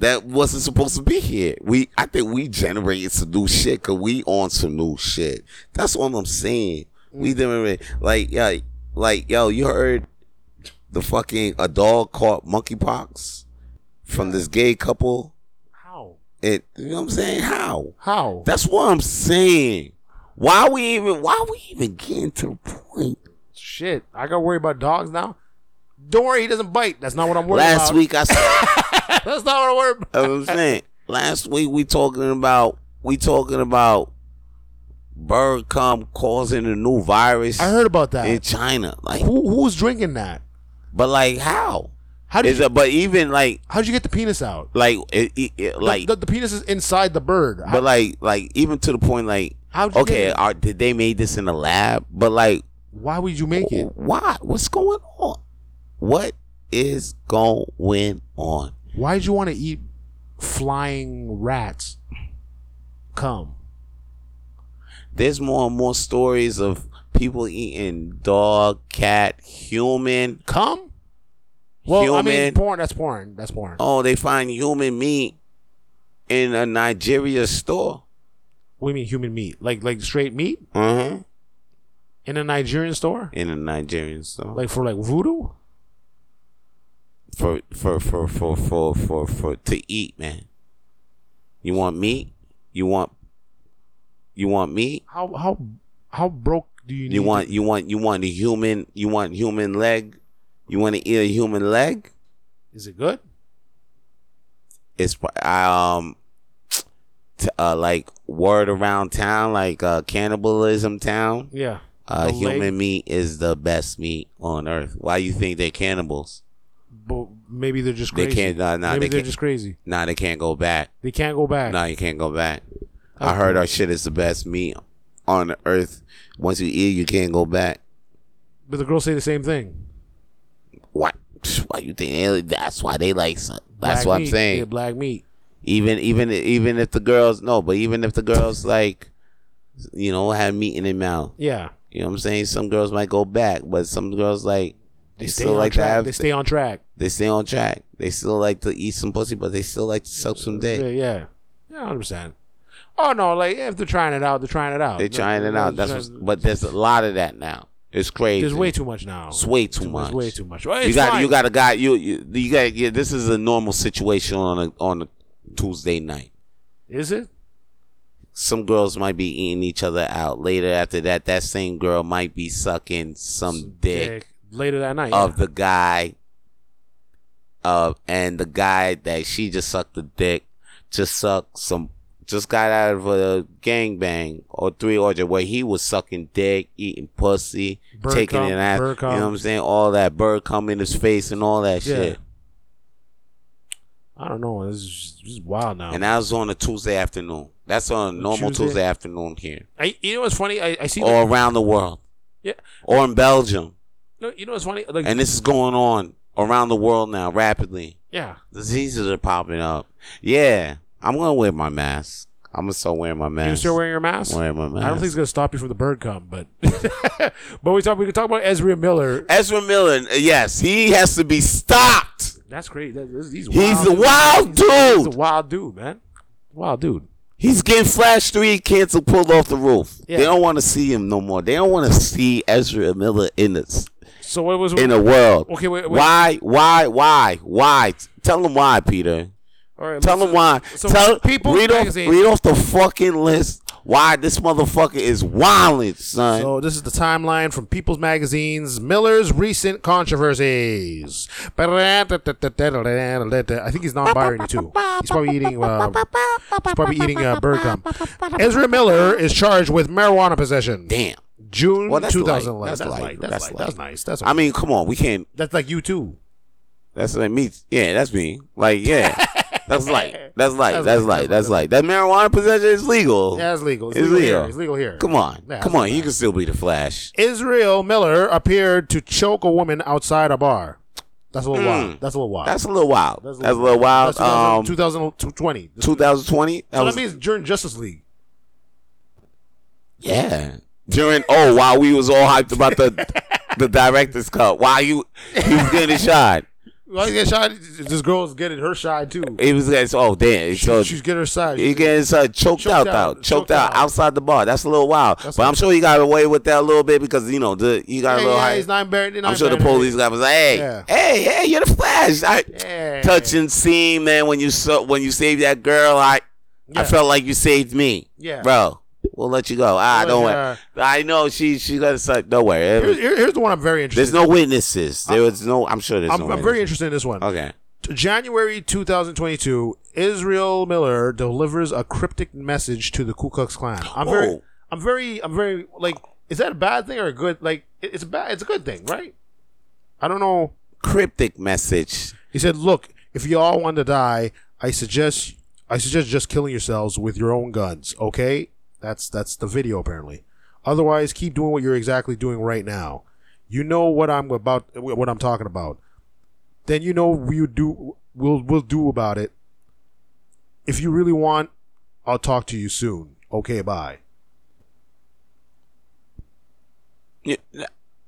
[SPEAKER 1] That wasn't supposed to be here. We I think we generated some new shit cause we on some new shit. That's all I'm saying. We
[SPEAKER 2] Mm.
[SPEAKER 1] didn't like yeah, like yo, you heard the fucking a dog caught monkeypox from this gay couple.
[SPEAKER 2] how?
[SPEAKER 1] It you know what I'm saying? How?
[SPEAKER 2] How?
[SPEAKER 1] That's what I'm saying. Why we even why we even getting to the point?
[SPEAKER 2] shit, I gotta worry about dogs now. Don't worry, he doesn't bite. That's not what I'm worried
[SPEAKER 1] Last
[SPEAKER 2] about.
[SPEAKER 1] week I said
[SPEAKER 2] That's not what I'm worried about.
[SPEAKER 1] you know what I'm saying. Last week we talking about we talking about bird cum causing a new virus
[SPEAKER 2] I heard about that.
[SPEAKER 1] in China. Like
[SPEAKER 2] Who who's drinking that?
[SPEAKER 1] but like how?
[SPEAKER 2] How did
[SPEAKER 1] Is it but even like
[SPEAKER 2] how'd you get the penis out?
[SPEAKER 1] like it, it, it-
[SPEAKER 2] The-
[SPEAKER 1] like
[SPEAKER 2] the, the penis is inside the bird. How-
[SPEAKER 1] but like like even to the point like
[SPEAKER 2] How'd you
[SPEAKER 1] okay, uh,
[SPEAKER 2] get it?
[SPEAKER 1] are, did they made this in the lab? But like
[SPEAKER 2] why would you make it?
[SPEAKER 1] Why? What's going on? What is going on?
[SPEAKER 2] Why'd you want to eat flying rats? Come.
[SPEAKER 1] There's more and more stories of people eating dog, cat, human.
[SPEAKER 2] Come? Well, I mean,
[SPEAKER 1] Human.
[SPEAKER 2] porn. That's porn. That's porn.
[SPEAKER 1] Oh, they find human meat in a Nigeria store.
[SPEAKER 2] What do you mean human meat? Like like straight meat Mm-hmm.
[SPEAKER 1] Uh-huh.
[SPEAKER 2] in a Nigerian store?
[SPEAKER 1] In a Nigerian store.
[SPEAKER 2] Like for like voodoo?
[SPEAKER 1] for, for, for, for, for, for, for, to eat, man. You want meat? You want, you want meat?
[SPEAKER 2] How how how broke do you need?
[SPEAKER 1] You want you want you want a human you want human leg? You want to eat a human leg?
[SPEAKER 2] to- Is it good?
[SPEAKER 1] It's um t- uh, like word around town like uh cannibalism town.
[SPEAKER 2] Yeah.
[SPEAKER 1] Uh
[SPEAKER 2] A
[SPEAKER 1] human
[SPEAKER 2] leg?
[SPEAKER 1] meat is the best meat on earth. Why you think they're cannibals?
[SPEAKER 2] But maybe they're just
[SPEAKER 1] They
[SPEAKER 2] crazy.
[SPEAKER 1] can't- nah, nah,
[SPEAKER 2] maybe
[SPEAKER 1] they
[SPEAKER 2] are
[SPEAKER 1] can't.
[SPEAKER 2] just crazy.
[SPEAKER 1] Nah, they can't go back.
[SPEAKER 2] They can't go back.
[SPEAKER 1] Nah, you can't go back. I heard our shit is the best meat on earth. Once you eat, you can't go back.
[SPEAKER 2] But the girls say the same thing.
[SPEAKER 1] Why? Why you think? they- That's why they like. That's
[SPEAKER 2] Black
[SPEAKER 1] what I'm
[SPEAKER 2] meat.
[SPEAKER 1] saying.
[SPEAKER 2] Yeah, black meat.
[SPEAKER 1] even even even if the girls no, but even if the girls like you know have meat in their mouth,
[SPEAKER 2] Yeah.
[SPEAKER 1] you know what I'm saying? Some girls might go back, but some girls like they,
[SPEAKER 2] They stay
[SPEAKER 1] still
[SPEAKER 2] on
[SPEAKER 1] like to
[SPEAKER 2] track.
[SPEAKER 1] have
[SPEAKER 2] they stay on track.
[SPEAKER 1] they stay on track. They still like to eat some pussy, but they still like to suck some
[SPEAKER 2] Yeah,
[SPEAKER 1] dick.
[SPEAKER 2] yeah. Yeah, I understand. Oh no, like if they're trying it out, they're trying it out.
[SPEAKER 1] They're trying it out. That's what's, but there's a lot of that now. It's crazy.
[SPEAKER 2] there's way too much now.
[SPEAKER 1] it's way too much.
[SPEAKER 2] There's way too much. Well,
[SPEAKER 1] You
[SPEAKER 2] it's
[SPEAKER 1] got
[SPEAKER 2] fine.
[SPEAKER 1] you got a guy you you, you got yeah. This is a normal situation on a on a Tuesday night.
[SPEAKER 2] Is it?
[SPEAKER 1] some girls might be eating each other out. Later after that, that same girl might be sucking some, dick,
[SPEAKER 2] later that night.
[SPEAKER 1] of the guy. Uh, and the guy that she just sucked the dick, just sucked some, just got out of a gangbang or three orgy where he was sucking dick, eating pussy,
[SPEAKER 2] Bird
[SPEAKER 1] taking
[SPEAKER 2] cum,
[SPEAKER 1] it out.
[SPEAKER 2] bird
[SPEAKER 1] You know
[SPEAKER 2] cum.
[SPEAKER 1] what I'm saying? All that bird cum in his face and all that
[SPEAKER 2] Yeah.
[SPEAKER 1] shit.
[SPEAKER 2] I don't know. This is, this is wild now.
[SPEAKER 1] And that was on a Tuesday afternoon. That's on a normal
[SPEAKER 2] Tuesday?
[SPEAKER 1] Tuesday, afternoon here.
[SPEAKER 2] I, you know what's funny? I, I see.
[SPEAKER 1] Or around the world.
[SPEAKER 2] Yeah.
[SPEAKER 1] Or in Belgium.
[SPEAKER 2] no, you know what's funny? Like,
[SPEAKER 1] And this is going on around the world now rapidly.
[SPEAKER 2] yeah.
[SPEAKER 1] Diseases are popping up. Yeah. I'm gonna wear my mask. I'm gonna start wearing my mask.
[SPEAKER 2] You still wearing your mask?
[SPEAKER 1] Wearing my mask.
[SPEAKER 2] I don't think it's gonna stop you from the bird come, but but we talk. We can talk about Ezra Miller.
[SPEAKER 1] Ezra Miller, yes, he has to be stopped.
[SPEAKER 2] That's crazy. That, this, he's
[SPEAKER 1] He's
[SPEAKER 2] wild.
[SPEAKER 1] a wild
[SPEAKER 2] He's a
[SPEAKER 1] dude.
[SPEAKER 2] wild dude, man. Wild dude.
[SPEAKER 1] He's getting Flash 3 canceled, pulled off the roof.
[SPEAKER 2] Yeah.
[SPEAKER 1] They don't want to see him no more. They don't want to see Ezra Miller in this.
[SPEAKER 2] So what was
[SPEAKER 1] in the world.
[SPEAKER 2] Okay, wait, wait.
[SPEAKER 1] Why? Why? Why? Why? Tell them why, Peter.
[SPEAKER 2] All right,
[SPEAKER 1] Tell them
[SPEAKER 2] listen.
[SPEAKER 1] why.
[SPEAKER 2] So
[SPEAKER 1] Tell
[SPEAKER 2] People's
[SPEAKER 1] read off,
[SPEAKER 2] Magazine.
[SPEAKER 1] read off the fucking list. Why this motherfucker is wilding, son?
[SPEAKER 2] So this is the timeline from People's Magazine's Miller's recent controversies. I think he's non-binary too. He's probably eating. Uh, he's probably eating uh, bird gum. Ezra Miller is charged with marijuana possession.
[SPEAKER 1] Damn.
[SPEAKER 2] June
[SPEAKER 1] Well, that's light.
[SPEAKER 2] 2011.
[SPEAKER 1] That's light.
[SPEAKER 2] That's,
[SPEAKER 1] That's
[SPEAKER 2] light.
[SPEAKER 1] light.
[SPEAKER 2] That's nice. That's
[SPEAKER 1] I mean, come on. We can't.
[SPEAKER 2] that's like you too.
[SPEAKER 1] That's like me. Yeah, that's me. Like, yeah. That's like. That's like. That's like. That's like. That marijuana possession is legal.
[SPEAKER 2] Yeah, it's legal. It's,
[SPEAKER 1] Oh. It's
[SPEAKER 2] legal, here.
[SPEAKER 1] legal.
[SPEAKER 2] It's legal here.
[SPEAKER 1] Come on.
[SPEAKER 2] Yeah,
[SPEAKER 1] come on. You can still be the Flash.
[SPEAKER 2] Israel Miller appeared to choke a woman outside a bar. That's a little wild. That's a little wild.
[SPEAKER 1] Hmm. That's a little wild. That's a little, wild.
[SPEAKER 2] That's 2000
[SPEAKER 1] um,
[SPEAKER 2] 2020.
[SPEAKER 1] 2020. That
[SPEAKER 2] So
[SPEAKER 1] was-
[SPEAKER 2] that means during Justice League.
[SPEAKER 1] Yeah. During oh while we was all hyped about the the director's cut, while you he was getting a shot,
[SPEAKER 2] Well, yeah, shot. This girl's getting her shot too.
[SPEAKER 1] it was like oh damn, so
[SPEAKER 2] She's getting her side.
[SPEAKER 1] he gets uh, choked, out,
[SPEAKER 2] out,
[SPEAKER 1] out, choked,
[SPEAKER 2] choked
[SPEAKER 1] out,
[SPEAKER 2] out.
[SPEAKER 1] outside the bar. That's a little wild, but I'm sure he got away with that a little bit because you know the he got
[SPEAKER 2] yeah,
[SPEAKER 1] a little
[SPEAKER 2] yeah,
[SPEAKER 1] hype.
[SPEAKER 2] he's not embarrassed.
[SPEAKER 1] I'm sure the police guy was like, hey,
[SPEAKER 2] Yeah.
[SPEAKER 1] hey, hey, you're the Flash. I,
[SPEAKER 2] Yeah.
[SPEAKER 1] Touching scene, man. When you so, when you saved that girl, I
[SPEAKER 2] Yeah.
[SPEAKER 1] I felt like you saved me.
[SPEAKER 2] Yeah.
[SPEAKER 1] bro. We'll let you go. Ah,
[SPEAKER 2] We'll
[SPEAKER 1] don't
[SPEAKER 2] let
[SPEAKER 1] worry.
[SPEAKER 2] you, uh,
[SPEAKER 1] I know she she got to suck. Don't worry. It
[SPEAKER 2] Here's,
[SPEAKER 1] was-
[SPEAKER 2] here- here's the one I'm very
[SPEAKER 1] There's
[SPEAKER 2] interested.
[SPEAKER 1] no witnesses. There was no. I'm sure there's Uh,
[SPEAKER 2] I'm,
[SPEAKER 1] no.
[SPEAKER 2] I'm very
[SPEAKER 1] witnesses.
[SPEAKER 2] interested in this one.
[SPEAKER 1] Okay.
[SPEAKER 2] January 2022, Israel Miller delivers a cryptic message to the Ku Klux Klan. I'm very,
[SPEAKER 1] Whoa.
[SPEAKER 2] I'm very, I'm very like, is that a bad thing or a good? Like, it- it's a bad, it's a good thing, right? I don't know.
[SPEAKER 1] Cryptic message.
[SPEAKER 2] He said, "Look, if you all want to die, I suggest I suggest just killing yourselves with your own guns. Okay, that's that's the video apparently. Otherwise, keep doing what you're exactly doing right now. You know what I'm about, what I'm talking about. Then you know we do we'll we'll do about it. If you really want, I'll talk to you soon. Okay, bye.
[SPEAKER 1] Yeah,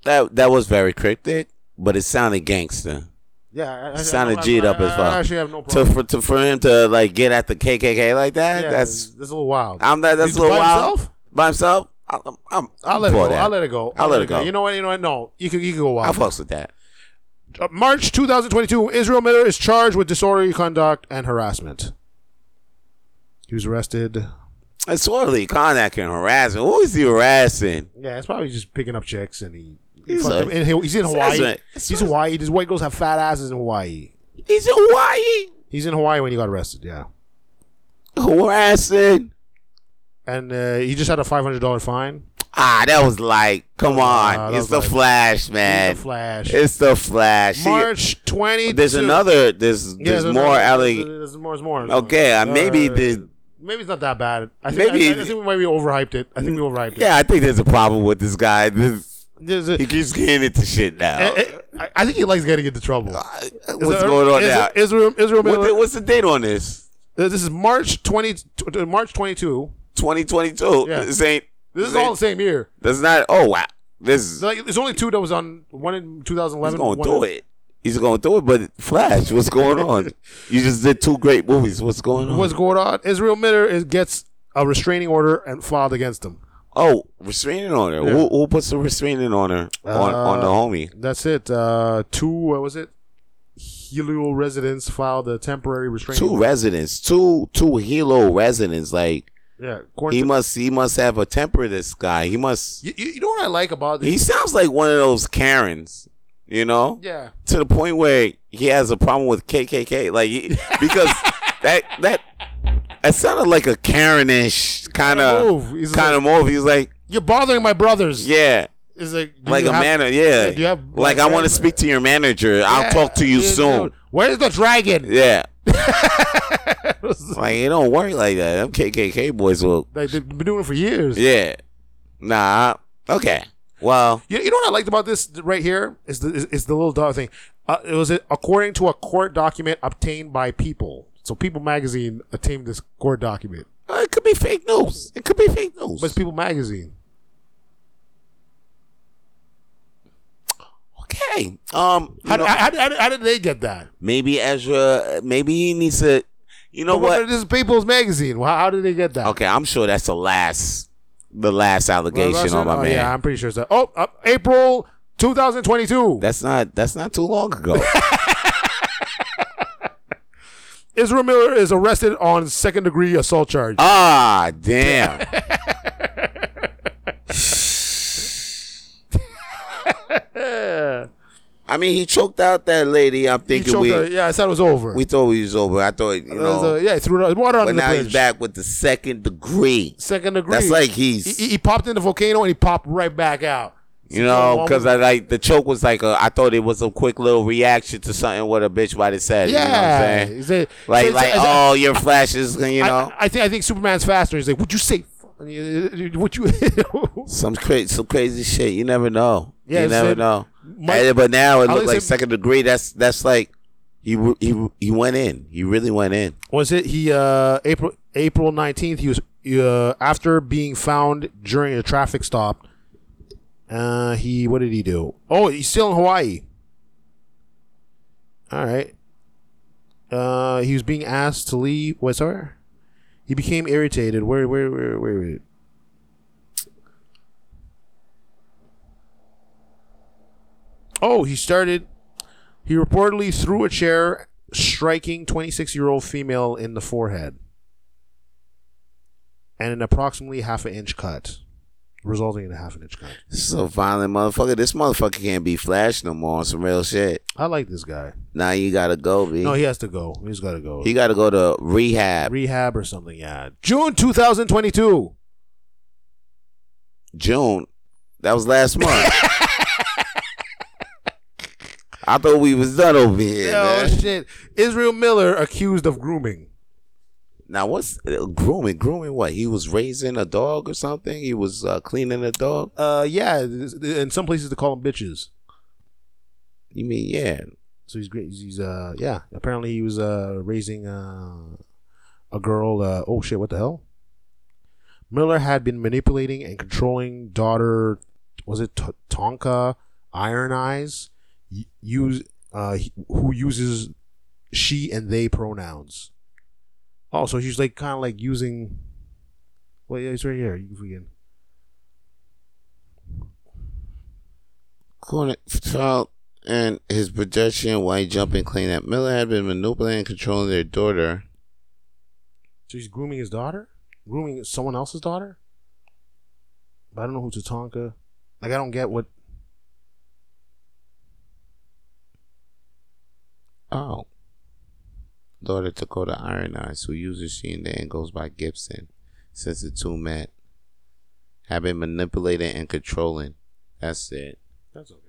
[SPEAKER 1] That that was very cryptic, but it sounded gangster.
[SPEAKER 2] Yeah, I, I,
[SPEAKER 1] It sounded
[SPEAKER 2] I-
[SPEAKER 1] G'd up
[SPEAKER 2] I-
[SPEAKER 1] as
[SPEAKER 2] I
[SPEAKER 1] fuck.
[SPEAKER 2] actually have
[SPEAKER 1] To
[SPEAKER 2] no problem.
[SPEAKER 1] for to for him to like get at the KKK like that.
[SPEAKER 2] yeah,
[SPEAKER 1] That's
[SPEAKER 2] that's a little wild.
[SPEAKER 1] I'm that. That's
[SPEAKER 2] He's
[SPEAKER 1] a little
[SPEAKER 2] by
[SPEAKER 1] wild.
[SPEAKER 2] himself?
[SPEAKER 1] By himself. I, I'm, I'm.
[SPEAKER 2] I'll let it
[SPEAKER 1] for
[SPEAKER 2] go.
[SPEAKER 1] that.
[SPEAKER 2] I'll let it go.
[SPEAKER 1] I'll let it go.
[SPEAKER 2] You know what? You know what? No, you can you can go
[SPEAKER 1] I
[SPEAKER 2] wild.
[SPEAKER 1] fucks with that.
[SPEAKER 2] Uh, March 2022, Israel Miller is charged with disorderly conduct and harassment. He was arrested.
[SPEAKER 1] It's orderly conduct and harassment. Who is he harassing?
[SPEAKER 2] Yeah, it's probably just picking up chicks, and he, he
[SPEAKER 1] He's
[SPEAKER 2] fucked
[SPEAKER 1] a-
[SPEAKER 2] him. And he- he's in Hawaii.
[SPEAKER 1] right.
[SPEAKER 2] He's in Hawaii. These white girls have fat asses in Hawaii.
[SPEAKER 1] He's in Hawaii
[SPEAKER 2] He's in Hawaii when he got arrested. Yeah,
[SPEAKER 1] harassing.
[SPEAKER 2] and uh, he just had a five hundred dollar fine.
[SPEAKER 1] Ah, that was like, come on,
[SPEAKER 2] that was
[SPEAKER 1] it's the
[SPEAKER 2] like-
[SPEAKER 1] Flash, man.
[SPEAKER 2] The Flash.
[SPEAKER 1] It's the Flash. She-
[SPEAKER 2] March twenty.
[SPEAKER 1] there's another. There's there's more alleg.
[SPEAKER 2] There's, there's more. There's more.
[SPEAKER 1] Okay, uh, maybe the
[SPEAKER 2] Maybe it's not that bad. I think,
[SPEAKER 1] Maybe-
[SPEAKER 2] I, I think we maybe overhyped it. I think we overhyped it.
[SPEAKER 1] yeah. I think there's a problem with this guy. This,
[SPEAKER 2] There's a-
[SPEAKER 1] he keeps getting into shit now.
[SPEAKER 2] I, I- I think he likes getting into trouble.
[SPEAKER 1] Uh, What's going on now?
[SPEAKER 2] Israel, Israel
[SPEAKER 1] What
[SPEAKER 2] Miller.
[SPEAKER 1] the- what's the date on this?
[SPEAKER 2] uh, this is March twenty, t- uh, March twenty-two.
[SPEAKER 1] 2022.
[SPEAKER 2] Yeah.
[SPEAKER 1] This ain't.
[SPEAKER 2] This is all the same year.
[SPEAKER 1] That's not. Oh wow. This
[SPEAKER 2] It's
[SPEAKER 1] is
[SPEAKER 2] like there's only two that was on one in
[SPEAKER 1] he's
[SPEAKER 2] 2011.
[SPEAKER 1] going
[SPEAKER 2] one
[SPEAKER 1] through
[SPEAKER 2] in-
[SPEAKER 1] it. He's going through it. But Flash, what's going on? you just did two great movies. What's going on?
[SPEAKER 2] What's going on? Israel Miller is, gets a restraining order and filed against him.
[SPEAKER 1] Oh, restraining order. Who, who puts the restraining order on, on the
[SPEAKER 2] Uh,
[SPEAKER 1] homie?
[SPEAKER 2] That's it. Uh, two. What was it? Helial residents filed a temporary restraining.
[SPEAKER 1] Two residents, two two Hilo residents. Like
[SPEAKER 2] Yeah,
[SPEAKER 1] He
[SPEAKER 2] according to,
[SPEAKER 1] must he must have a temper. This guy. He must.
[SPEAKER 2] you, you you know what I like about this?
[SPEAKER 1] He sounds like one of those Karens. You know,
[SPEAKER 2] yeah,
[SPEAKER 1] to the point where he has a problem with KKK. Like he, because that that that sounded like a Karenish kind of
[SPEAKER 2] move. He's
[SPEAKER 1] kind
[SPEAKER 2] Oh, like,
[SPEAKER 1] of move. He's like,
[SPEAKER 2] you're bothering my brothers.
[SPEAKER 1] yeah.
[SPEAKER 2] It's like do
[SPEAKER 1] like
[SPEAKER 2] you
[SPEAKER 1] a
[SPEAKER 2] have-
[SPEAKER 1] manager. Yeah,
[SPEAKER 2] do you have-
[SPEAKER 1] like I want to speak to your manager. I'll talk to you
[SPEAKER 2] Yeah,
[SPEAKER 1] soon.
[SPEAKER 2] dude, Where's the dragon?
[SPEAKER 1] Yeah, like it don't work like that. Them KKK boys will.
[SPEAKER 2] Like they've been doing it for years.
[SPEAKER 1] Yeah, nah. Okay. Well,
[SPEAKER 2] You, you know what I liked about this right here is the is, is the little dog thing. Uh, it was according to a court document obtained by People. So People magazine obtained this court document.
[SPEAKER 1] uh, it could be fake news. It could be fake news.
[SPEAKER 2] But it's People magazine.
[SPEAKER 1] okay. Um, you
[SPEAKER 2] How,
[SPEAKER 1] know,
[SPEAKER 2] how, how, how, how did they get that?
[SPEAKER 1] maybe Ezra. Maybe he needs to. You know
[SPEAKER 2] But
[SPEAKER 1] what?
[SPEAKER 2] This is People's magazine. Well, how did they get that?
[SPEAKER 1] Okay, I'm sure that's the last, the last
[SPEAKER 2] Well,
[SPEAKER 1] allegation
[SPEAKER 2] that's
[SPEAKER 1] on
[SPEAKER 2] it.
[SPEAKER 1] my
[SPEAKER 2] Oh,
[SPEAKER 1] man.
[SPEAKER 2] Yeah, I'm pretty sure it's that. Oh, uh, April 2022.
[SPEAKER 1] That's not. That's not too long ago.
[SPEAKER 2] Israel Miller is arrested on second degree assault charge.
[SPEAKER 1] Ah, damn. I mean, he choked out that lady. I'm
[SPEAKER 2] He
[SPEAKER 1] thinking
[SPEAKER 2] choked
[SPEAKER 1] we
[SPEAKER 2] her. Yeah, I said it was over.
[SPEAKER 1] we thought he was over. I thought you
[SPEAKER 2] It was, uh,
[SPEAKER 1] know,
[SPEAKER 2] yeah, he threw it- water under
[SPEAKER 1] but
[SPEAKER 2] the
[SPEAKER 1] now
[SPEAKER 2] bridge.
[SPEAKER 1] he's back with the second degree.
[SPEAKER 2] Second degree.
[SPEAKER 1] That's like
[SPEAKER 2] he,
[SPEAKER 1] he's
[SPEAKER 2] he- he popped in the volcano and he popped right back out.
[SPEAKER 1] you know
[SPEAKER 2] Woman-
[SPEAKER 1] because I like the choke was like a. I thought it was a quick little reaction to something what a bitch might have said. you know what I'm
[SPEAKER 2] yeah,
[SPEAKER 1] saying?
[SPEAKER 2] He said-
[SPEAKER 1] like
[SPEAKER 2] so- so-
[SPEAKER 1] like
[SPEAKER 2] so-
[SPEAKER 1] oh your flashes you
[SPEAKER 2] I-
[SPEAKER 1] know
[SPEAKER 2] I, think I think Superman's faster. He's like, "Would you say? f- Would you?"
[SPEAKER 1] some crazy some crazy shit. You never know.
[SPEAKER 2] Yeah,
[SPEAKER 1] you
[SPEAKER 2] it's
[SPEAKER 1] never
[SPEAKER 2] a-
[SPEAKER 1] know.
[SPEAKER 2] Mike-
[SPEAKER 1] And- but now it
[SPEAKER 2] I'll
[SPEAKER 1] looked like
[SPEAKER 2] say-
[SPEAKER 1] second degree. That's that's like he w- he w- he went in. He really went in.
[SPEAKER 2] was it he? Uh, April April nineteenth. He was uh, after being found during a traffic stop. Uh, he what did he do? Oh, he's still in Hawaii. All right. Uh, he was being asked to leave. What's where? He became irritated. Where? Where? Where? Where? where? Oh, he started. He reportedly threw a chair, striking 26 year old female in the forehead, and an approximately half an inch cut, resulting in a half an inch cut.
[SPEAKER 1] This is a violent motherfucker. This motherfucker can't be flash no more on some real shit.
[SPEAKER 2] I like this guy.
[SPEAKER 1] Now you gotta go, B.
[SPEAKER 2] No, he has to go. He's got to go.
[SPEAKER 1] you gotta go to rehab.
[SPEAKER 2] Rehab or something. Yeah. June 2022.
[SPEAKER 1] June. That was last month. I thought we was done over here,
[SPEAKER 2] Oh
[SPEAKER 1] man.
[SPEAKER 2] shit! Israel Miller accused of grooming.
[SPEAKER 1] Now what's uh, grooming? Grooming what? He was raising a dog or something? He was uh, cleaning a dog?
[SPEAKER 2] Uh, yeah. this- In some places they call them bitches.
[SPEAKER 1] You mean yeah?
[SPEAKER 2] So he's great. He's uh yeah. Apparently he was uh raising uh a girl. Uh, oh shit! What the hell? Miller had been manipulating and controlling daughter. Was it T- Tonka Iron Eyes? y- Use uh he- who uses she and they pronouns. Oh, so she's like kind of like using. Well, yeah, it's right here. You can forget.
[SPEAKER 1] Corner child and his projection while jumping claimed that Miller had been manipulating and controlling their daughter.
[SPEAKER 2] So he's grooming his daughter? Grooming someone else's daughter? But I don't know who Tatanka. Like I don't get what
[SPEAKER 1] Oh. Daughter Dakota Iron Eyes, who uses she and then goes by Gibson, since the two met, have been manipulating and controlling. That's it.
[SPEAKER 2] That's okay.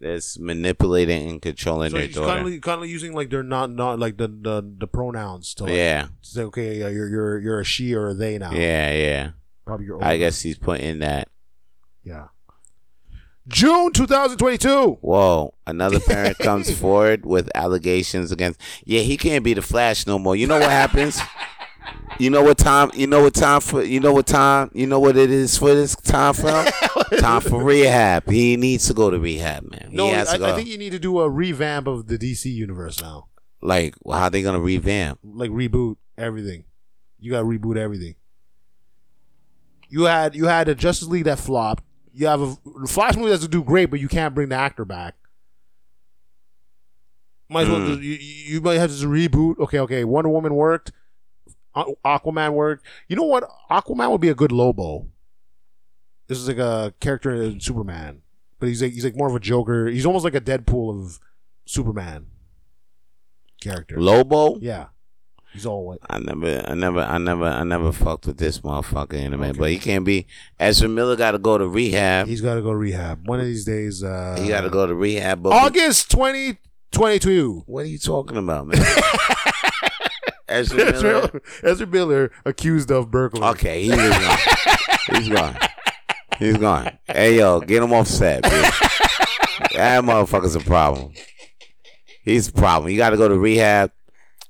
[SPEAKER 1] That's manipulating and controlling
[SPEAKER 2] So
[SPEAKER 1] their
[SPEAKER 2] he's
[SPEAKER 1] daughter.
[SPEAKER 2] kindly, kindly using like they're not not like the the, the pronouns to like,
[SPEAKER 1] yeah,
[SPEAKER 2] say okay yeah, you're you're you're a she or a they now.
[SPEAKER 1] yeah, yeah.
[SPEAKER 2] Probably your own.
[SPEAKER 1] I guess he's putting that.
[SPEAKER 2] Yeah. June 2022.
[SPEAKER 1] Whoa, another parent comes forward with allegations against. Yeah, he can't be the Flash no more. You know what happens? You know what time? You know what time for? You know what time? You know what it is for this time for? time for rehab. He needs to go to rehab, man.
[SPEAKER 2] No,
[SPEAKER 1] he has
[SPEAKER 2] I,
[SPEAKER 1] to go.
[SPEAKER 2] I think you need to do a revamp of the DC universe now.
[SPEAKER 1] like, how they gonna revamp?
[SPEAKER 2] like reboot everything. You got to reboot everything. You had you had a Justice League that flopped. You have a the Flash movie that's do great, but you can't bring the actor back. Might as well
[SPEAKER 1] Mm.
[SPEAKER 2] just, you, you you might have to just reboot. Okay, okay. Wonder Woman worked. Aqu- Aquaman worked. You know what? Aquaman would be a good Lobo. This is like a character in Superman, but he's like he's like more of a Joker. He's almost like a Deadpool of Superman character.
[SPEAKER 1] Lobo.
[SPEAKER 2] yeah, he's all white.
[SPEAKER 1] I never, I never, I never, I never fucked with this motherfucker in a man.
[SPEAKER 2] Okay.
[SPEAKER 1] But he can't be. Ezra Miller got to go to rehab.
[SPEAKER 2] He's got to go to rehab one of these days. Uh,
[SPEAKER 1] He got to go to rehab. But
[SPEAKER 2] August twenty twenty two.
[SPEAKER 1] what are you talking about, man? Ezra Miller.
[SPEAKER 2] Ezra, Ezra Miller accused of burglary.
[SPEAKER 1] Okay, he was gone. He's gone. He's gone. Hey yo, get him off set, bitch. That motherfucker's a problem. He's a problem. He gotta go to rehab.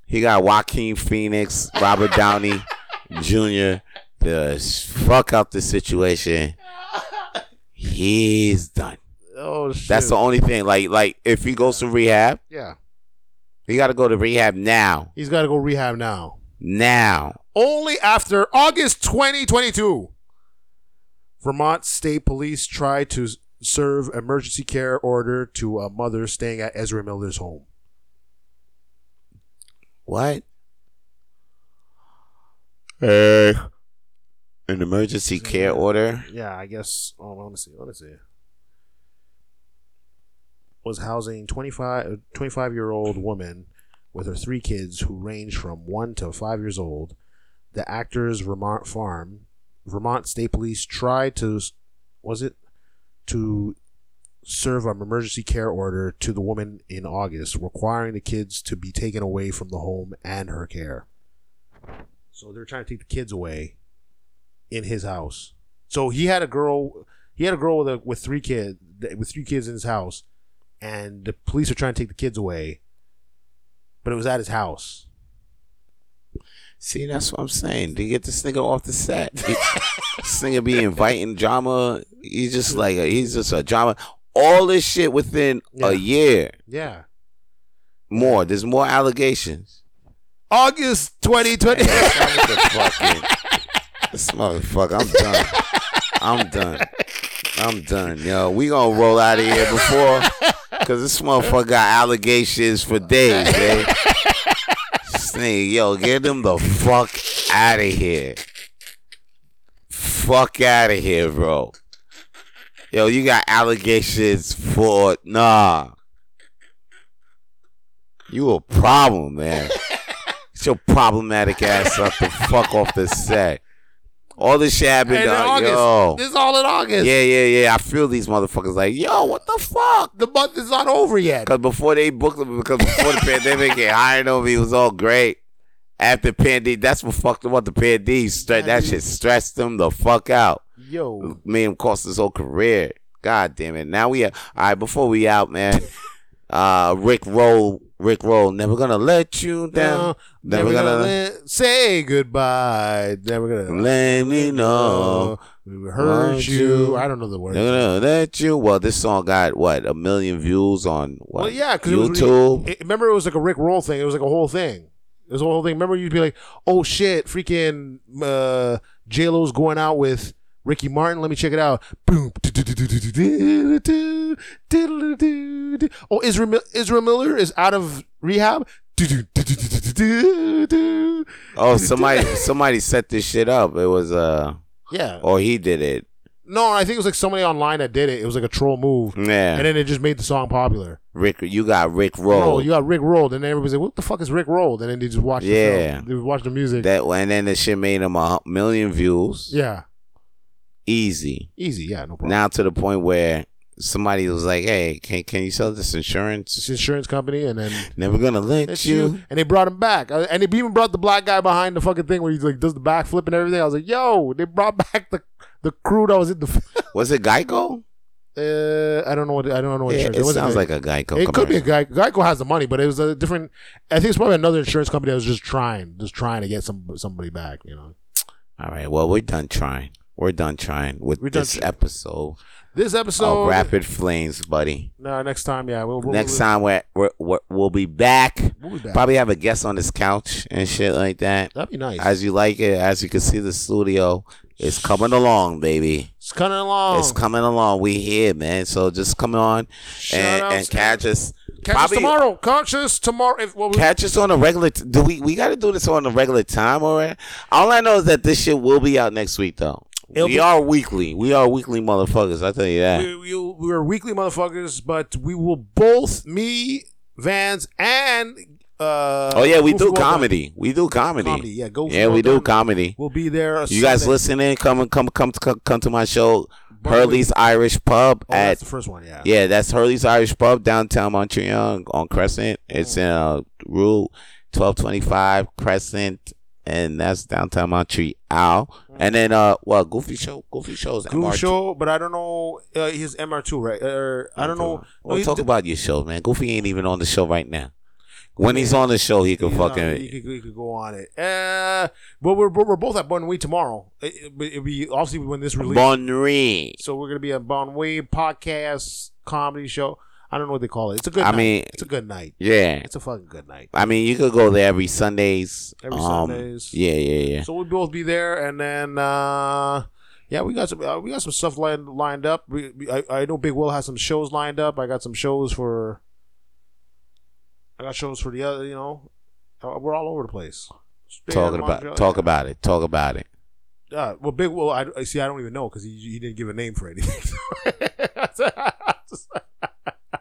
[SPEAKER 1] He got Joaquin Phoenix, Robert Downey Jr. to s- fuck up the situation. He's done.
[SPEAKER 2] Oh shit.
[SPEAKER 1] That's the only thing. Like, like if he goes to rehab,
[SPEAKER 2] yeah.
[SPEAKER 1] he gotta go to rehab now.
[SPEAKER 2] He's got to go rehab now.
[SPEAKER 1] Now.
[SPEAKER 2] Only after August 2022. Vermont State Police tried to s- serve emergency care order to a mother staying at Ezra Miller's home.
[SPEAKER 1] What? Hey. An emergency care order.
[SPEAKER 2] Yeah, I guess. Oh, let me see. Let me see. Was housing 25 25 year old woman with her three kids who range from one to five years old. The actor's Vermont farm, Vermont State Police tried to, was it, to serve an emergency care order to the woman in August, requiring the kids to be taken away from the home and her care. So they're trying to take the kids away in his house. So he had a girl. He had a girl with a, with three kids with three kids in his house, and the police are trying to take the kids away. But it was at his house.
[SPEAKER 1] See, that's what I'm saying. To get this nigga off the set, this nigga be inviting drama. He's just like a, he's just a drama. All this shit within
[SPEAKER 2] Yeah.
[SPEAKER 1] a year.
[SPEAKER 2] Yeah,
[SPEAKER 1] More. There's more allegations.
[SPEAKER 2] August twenty twenty.
[SPEAKER 1] This motherfucker- this motherfucker. I'm done. I'm done. I'm done, yo. We gonna roll out of here before, cause this motherfucker got allegations for days, man. This nigga, yo, get him the fuck out of here. Fuck out of here, bro. Yo, you got allegations for nah. You a problem, man. It's your problematic ass up the fuck off the set. All this shit happened,
[SPEAKER 2] in
[SPEAKER 1] uh,
[SPEAKER 2] August.
[SPEAKER 1] yo.
[SPEAKER 2] This is all in August.
[SPEAKER 1] Yeah, yeah, yeah. I feel these motherfuckers like, yo, what the fuck?
[SPEAKER 2] The month is not over yet.
[SPEAKER 1] Because before they booked them, because before the pandemic, and hired over, it was all great. After pandemic, that's what fucked them up. The pandemic, stre- that shit stressed them the fuck out.
[SPEAKER 2] Yo,
[SPEAKER 1] Made him cost his whole career. God damn it. Now we are, all right, before we out, man, uh, Rick Roll, Rick Roll, never gonna let you down.
[SPEAKER 2] never,
[SPEAKER 1] Never
[SPEAKER 2] gonna,
[SPEAKER 1] gonna-
[SPEAKER 2] let- say goodbye. Never gonna
[SPEAKER 1] Let me know.
[SPEAKER 2] we hurt
[SPEAKER 1] Won't
[SPEAKER 2] you.
[SPEAKER 1] you-
[SPEAKER 2] I don't know the word.
[SPEAKER 1] They're gonna let you. Well, this song got what a million views on what?
[SPEAKER 2] Well, yeah, because
[SPEAKER 1] YouTube.
[SPEAKER 2] It, remember, it was like a Rick Roll thing. It was like a whole thing. It was a whole thing. Remember, you'd be like, "Oh shit, freaking uh, J Lo's going out with Ricky Martin. Let me check it out." Boom. Oh, Israel Mil- Israel Miller is out of rehab.
[SPEAKER 1] oh, somebody somebody set this shit up. It was uh,
[SPEAKER 2] Yeah.
[SPEAKER 1] or he did it.
[SPEAKER 2] No, I think it was like somebody online that did it. It was like a troll move, and
[SPEAKER 1] Yeah,
[SPEAKER 2] then it just made the song popular.
[SPEAKER 1] Rick, you got Rick Roll.
[SPEAKER 2] Roll. You got Rick rolled, and then everybody's like, "What the fuck is Rick rolled?" And then they just watch.
[SPEAKER 1] Yeah.
[SPEAKER 2] The film. They watch the music.
[SPEAKER 1] that and then the shit made him a hu- million views.
[SPEAKER 2] yeah.
[SPEAKER 1] Easy.
[SPEAKER 2] Easy. Yeah. No problem.
[SPEAKER 1] Now to the point where somebody was like, "Hey, can can you sell this insurance?"
[SPEAKER 2] It's insurance company, and then
[SPEAKER 1] Never gonna let
[SPEAKER 2] it's
[SPEAKER 1] you.
[SPEAKER 2] you. And they brought him back, Uh, and they even brought the black guy behind the fucking thing where he's like does the backflip and everything. I was like, "Yo!" They brought back the the crew that was in the.
[SPEAKER 1] Was it
[SPEAKER 2] Oh,
[SPEAKER 1] Geico?
[SPEAKER 2] Uh, I don't know what I don't know what
[SPEAKER 1] Yeah,
[SPEAKER 2] insurance.
[SPEAKER 1] it
[SPEAKER 2] wasn't
[SPEAKER 1] sounds
[SPEAKER 2] a-
[SPEAKER 1] like a Geico.
[SPEAKER 2] It could be a
[SPEAKER 1] commercial.
[SPEAKER 2] guy. Geico has the money, but it was a different. I think it's probably another insurance company that was just trying, just trying to get some somebody back. You know,
[SPEAKER 1] All right. Well, we're done trying. We're done trying with
[SPEAKER 2] We're done
[SPEAKER 1] this
[SPEAKER 2] tr-
[SPEAKER 1] episode
[SPEAKER 2] this episode.
[SPEAKER 1] of Rapid Flames, buddy.
[SPEAKER 2] No, next time, yeah. We'll, we'll,
[SPEAKER 1] Oh, Next
[SPEAKER 2] we'll,
[SPEAKER 1] time we're, we're, we're, we'll be back.
[SPEAKER 2] we'll be back.
[SPEAKER 1] Probably have a guest on this couch and shit like that.
[SPEAKER 2] That'd be nice.
[SPEAKER 1] As you like it, as you can see, the studio is coming along, baby.
[SPEAKER 2] it's coming along.
[SPEAKER 1] It's coming along. We here, man. So just come on and,
[SPEAKER 2] Shout outs
[SPEAKER 1] and catch us
[SPEAKER 2] Catch
[SPEAKER 1] Probably-
[SPEAKER 2] us tomorrow. Conscious tomorrow. If, what was,
[SPEAKER 1] Catch us on a regular. T- do we? We got to do this on a regular time, all right? All I know is that this shit will be out next week, though.
[SPEAKER 2] It'll
[SPEAKER 1] we
[SPEAKER 2] be-
[SPEAKER 1] are weekly. We are weekly motherfuckers. I tell you that.
[SPEAKER 2] we, we, we're weekly motherfuckers, but we will both me, Vans, and uh,
[SPEAKER 1] oh yeah, we
[SPEAKER 2] Goofy
[SPEAKER 1] do
[SPEAKER 2] Walker-
[SPEAKER 1] comedy. We do comedy.
[SPEAKER 2] Comedy, yeah, go.
[SPEAKER 1] yeah, we do comedy.
[SPEAKER 2] We'll be there. uh,
[SPEAKER 1] You guys
[SPEAKER 2] Sunday.
[SPEAKER 1] listening? Come and come come to come to my show,
[SPEAKER 2] Broadway.
[SPEAKER 1] Hurley's Irish Pub
[SPEAKER 2] Oh,
[SPEAKER 1] at
[SPEAKER 2] that's the first one. Yeah.
[SPEAKER 1] yeah, that's Hurley's Irish Pub downtown Montreal on Crescent. It's
[SPEAKER 2] Mm.
[SPEAKER 1] in uh, Rule twelve twenty five Crescent, and that's downtown Montreal. And then uh, well, Goofy Show, Goofy Show's
[SPEAKER 2] Mm. Goofy
[SPEAKER 1] MR2.
[SPEAKER 2] show, but I don't know uh, his MR2, right? Or I don't know. No,
[SPEAKER 1] We'll
[SPEAKER 2] he-
[SPEAKER 1] talk about your show, man. Goofy ain't even on the show right now. When he's on the show, he can
[SPEAKER 2] He's not-
[SPEAKER 1] fucking.
[SPEAKER 2] he could, he could go on it. Uh, but we're but we're both at Bon Way tomorrow. It, it, it'll be obviously when this release.
[SPEAKER 1] Bonnery.
[SPEAKER 2] so we're gonna be at Bon Way podcast comedy show. I don't know what they call it. It's a good.
[SPEAKER 1] I
[SPEAKER 2] night.
[SPEAKER 1] mean-
[SPEAKER 2] it's a good night.
[SPEAKER 1] Yeah.
[SPEAKER 2] It's a fucking good night.
[SPEAKER 1] I mean, you could go there every Sundays.
[SPEAKER 2] Every
[SPEAKER 1] um,
[SPEAKER 2] Sundays.
[SPEAKER 1] Yeah, yeah, yeah.
[SPEAKER 2] So we'll both be there, and then uh, yeah, we got some uh, we got some stuff lined lined up. We, we, I, I know Big Will has some shows lined up. I got some shows for. I got shows for the other. You know, Uh, we're all over the place. Straight
[SPEAKER 1] Talking
[SPEAKER 2] outta
[SPEAKER 1] about,
[SPEAKER 2] Montreal,
[SPEAKER 1] talk
[SPEAKER 2] yeah.
[SPEAKER 1] about it, talk about it.
[SPEAKER 2] Uh, well, Big Will, I, I see. I don't even know because he, he didn't give a name for anything.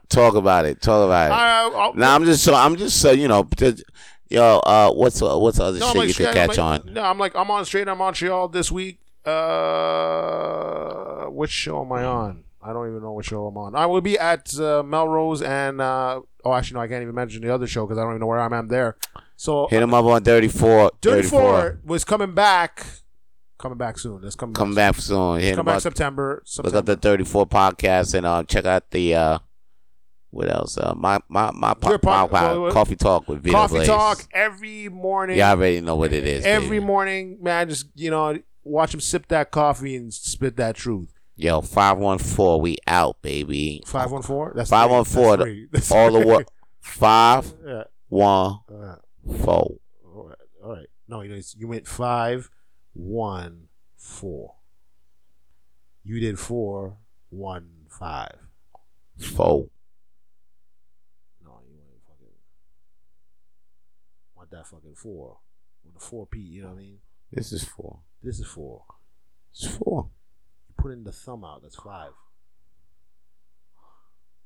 [SPEAKER 1] Talk about it. Talk about it.
[SPEAKER 2] I, I'll-
[SPEAKER 1] Nah, I'm just so I'm just so you know, just, yo, uh, what's uh, what's the other
[SPEAKER 2] No, I'm
[SPEAKER 1] shit
[SPEAKER 2] like,
[SPEAKER 1] you
[SPEAKER 2] straight-
[SPEAKER 1] could
[SPEAKER 2] I'm
[SPEAKER 1] catch
[SPEAKER 2] like-
[SPEAKER 1] on?
[SPEAKER 2] No, I'm like I'm on straight on Montreal this week. Uh, which show am I
[SPEAKER 1] Hmm.
[SPEAKER 2] on? I don't even know what show I'm on. I will be at uh, Melrose and uh, oh, actually no, I can't even mention the other show because I don't even know where I'm at there. So
[SPEAKER 1] Hit him up on 34.
[SPEAKER 2] 34, was coming back, coming back soon. It's coming
[SPEAKER 1] Come
[SPEAKER 2] back.
[SPEAKER 1] back soon. Hit
[SPEAKER 2] Come
[SPEAKER 1] him
[SPEAKER 2] back
[SPEAKER 1] up.
[SPEAKER 2] September.
[SPEAKER 1] Look
[SPEAKER 2] September.
[SPEAKER 1] up the 34 podcast and uh, check out the uh, what else? Uh, my my my, po-
[SPEAKER 2] Your pod-
[SPEAKER 1] my- my
[SPEAKER 2] well, what-
[SPEAKER 1] coffee talk with Vito
[SPEAKER 2] Coffee
[SPEAKER 1] Blaze.
[SPEAKER 2] talk every morning.
[SPEAKER 1] You already know what it is.
[SPEAKER 2] every
[SPEAKER 1] baby.
[SPEAKER 2] morning, man. Just you know, watch him sip that coffee and spit that truth.
[SPEAKER 1] yo 514. We out, baby.
[SPEAKER 2] Five one four. That's
[SPEAKER 1] 514,
[SPEAKER 2] three. That's three.
[SPEAKER 1] All the work. Five
[SPEAKER 2] Yeah.
[SPEAKER 1] one
[SPEAKER 2] Uh,
[SPEAKER 1] four.
[SPEAKER 2] all right. All right. No, you, know, it's- you went five, one, four. You did four, one, five.
[SPEAKER 1] Four.
[SPEAKER 2] No, you ain't fucking want that fucking four with the four P. You know what I mean?
[SPEAKER 1] This is four.
[SPEAKER 2] This is four.
[SPEAKER 1] It's four.
[SPEAKER 2] You put in the thumb out. That's five.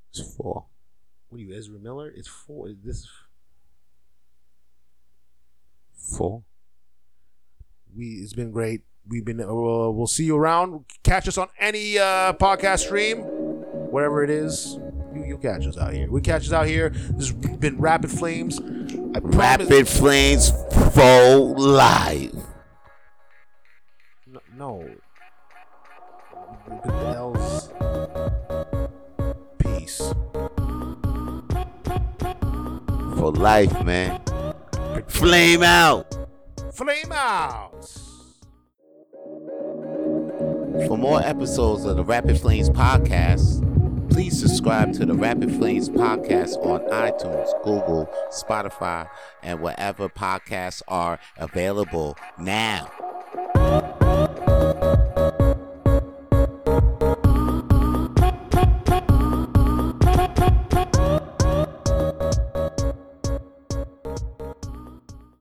[SPEAKER 1] It's four.
[SPEAKER 2] What are you, Ezra Miller? It's four. This is
[SPEAKER 1] Four.
[SPEAKER 2] we it's been great we've been uh, we'll we'll see you around catch us on any uh, podcast stream wherever it is you you catch us out here we catch us out here this has been rapid flames i promise
[SPEAKER 1] Rapid Flames Four Live.
[SPEAKER 2] N- no The L's. peace
[SPEAKER 1] For life, man. Flame out.
[SPEAKER 2] flame out
[SPEAKER 1] For more episodes of the Rapid Flames podcast, please subscribe to the Rapid Flames podcast on iTunes, Google, Spotify, and wherever podcasts are available now.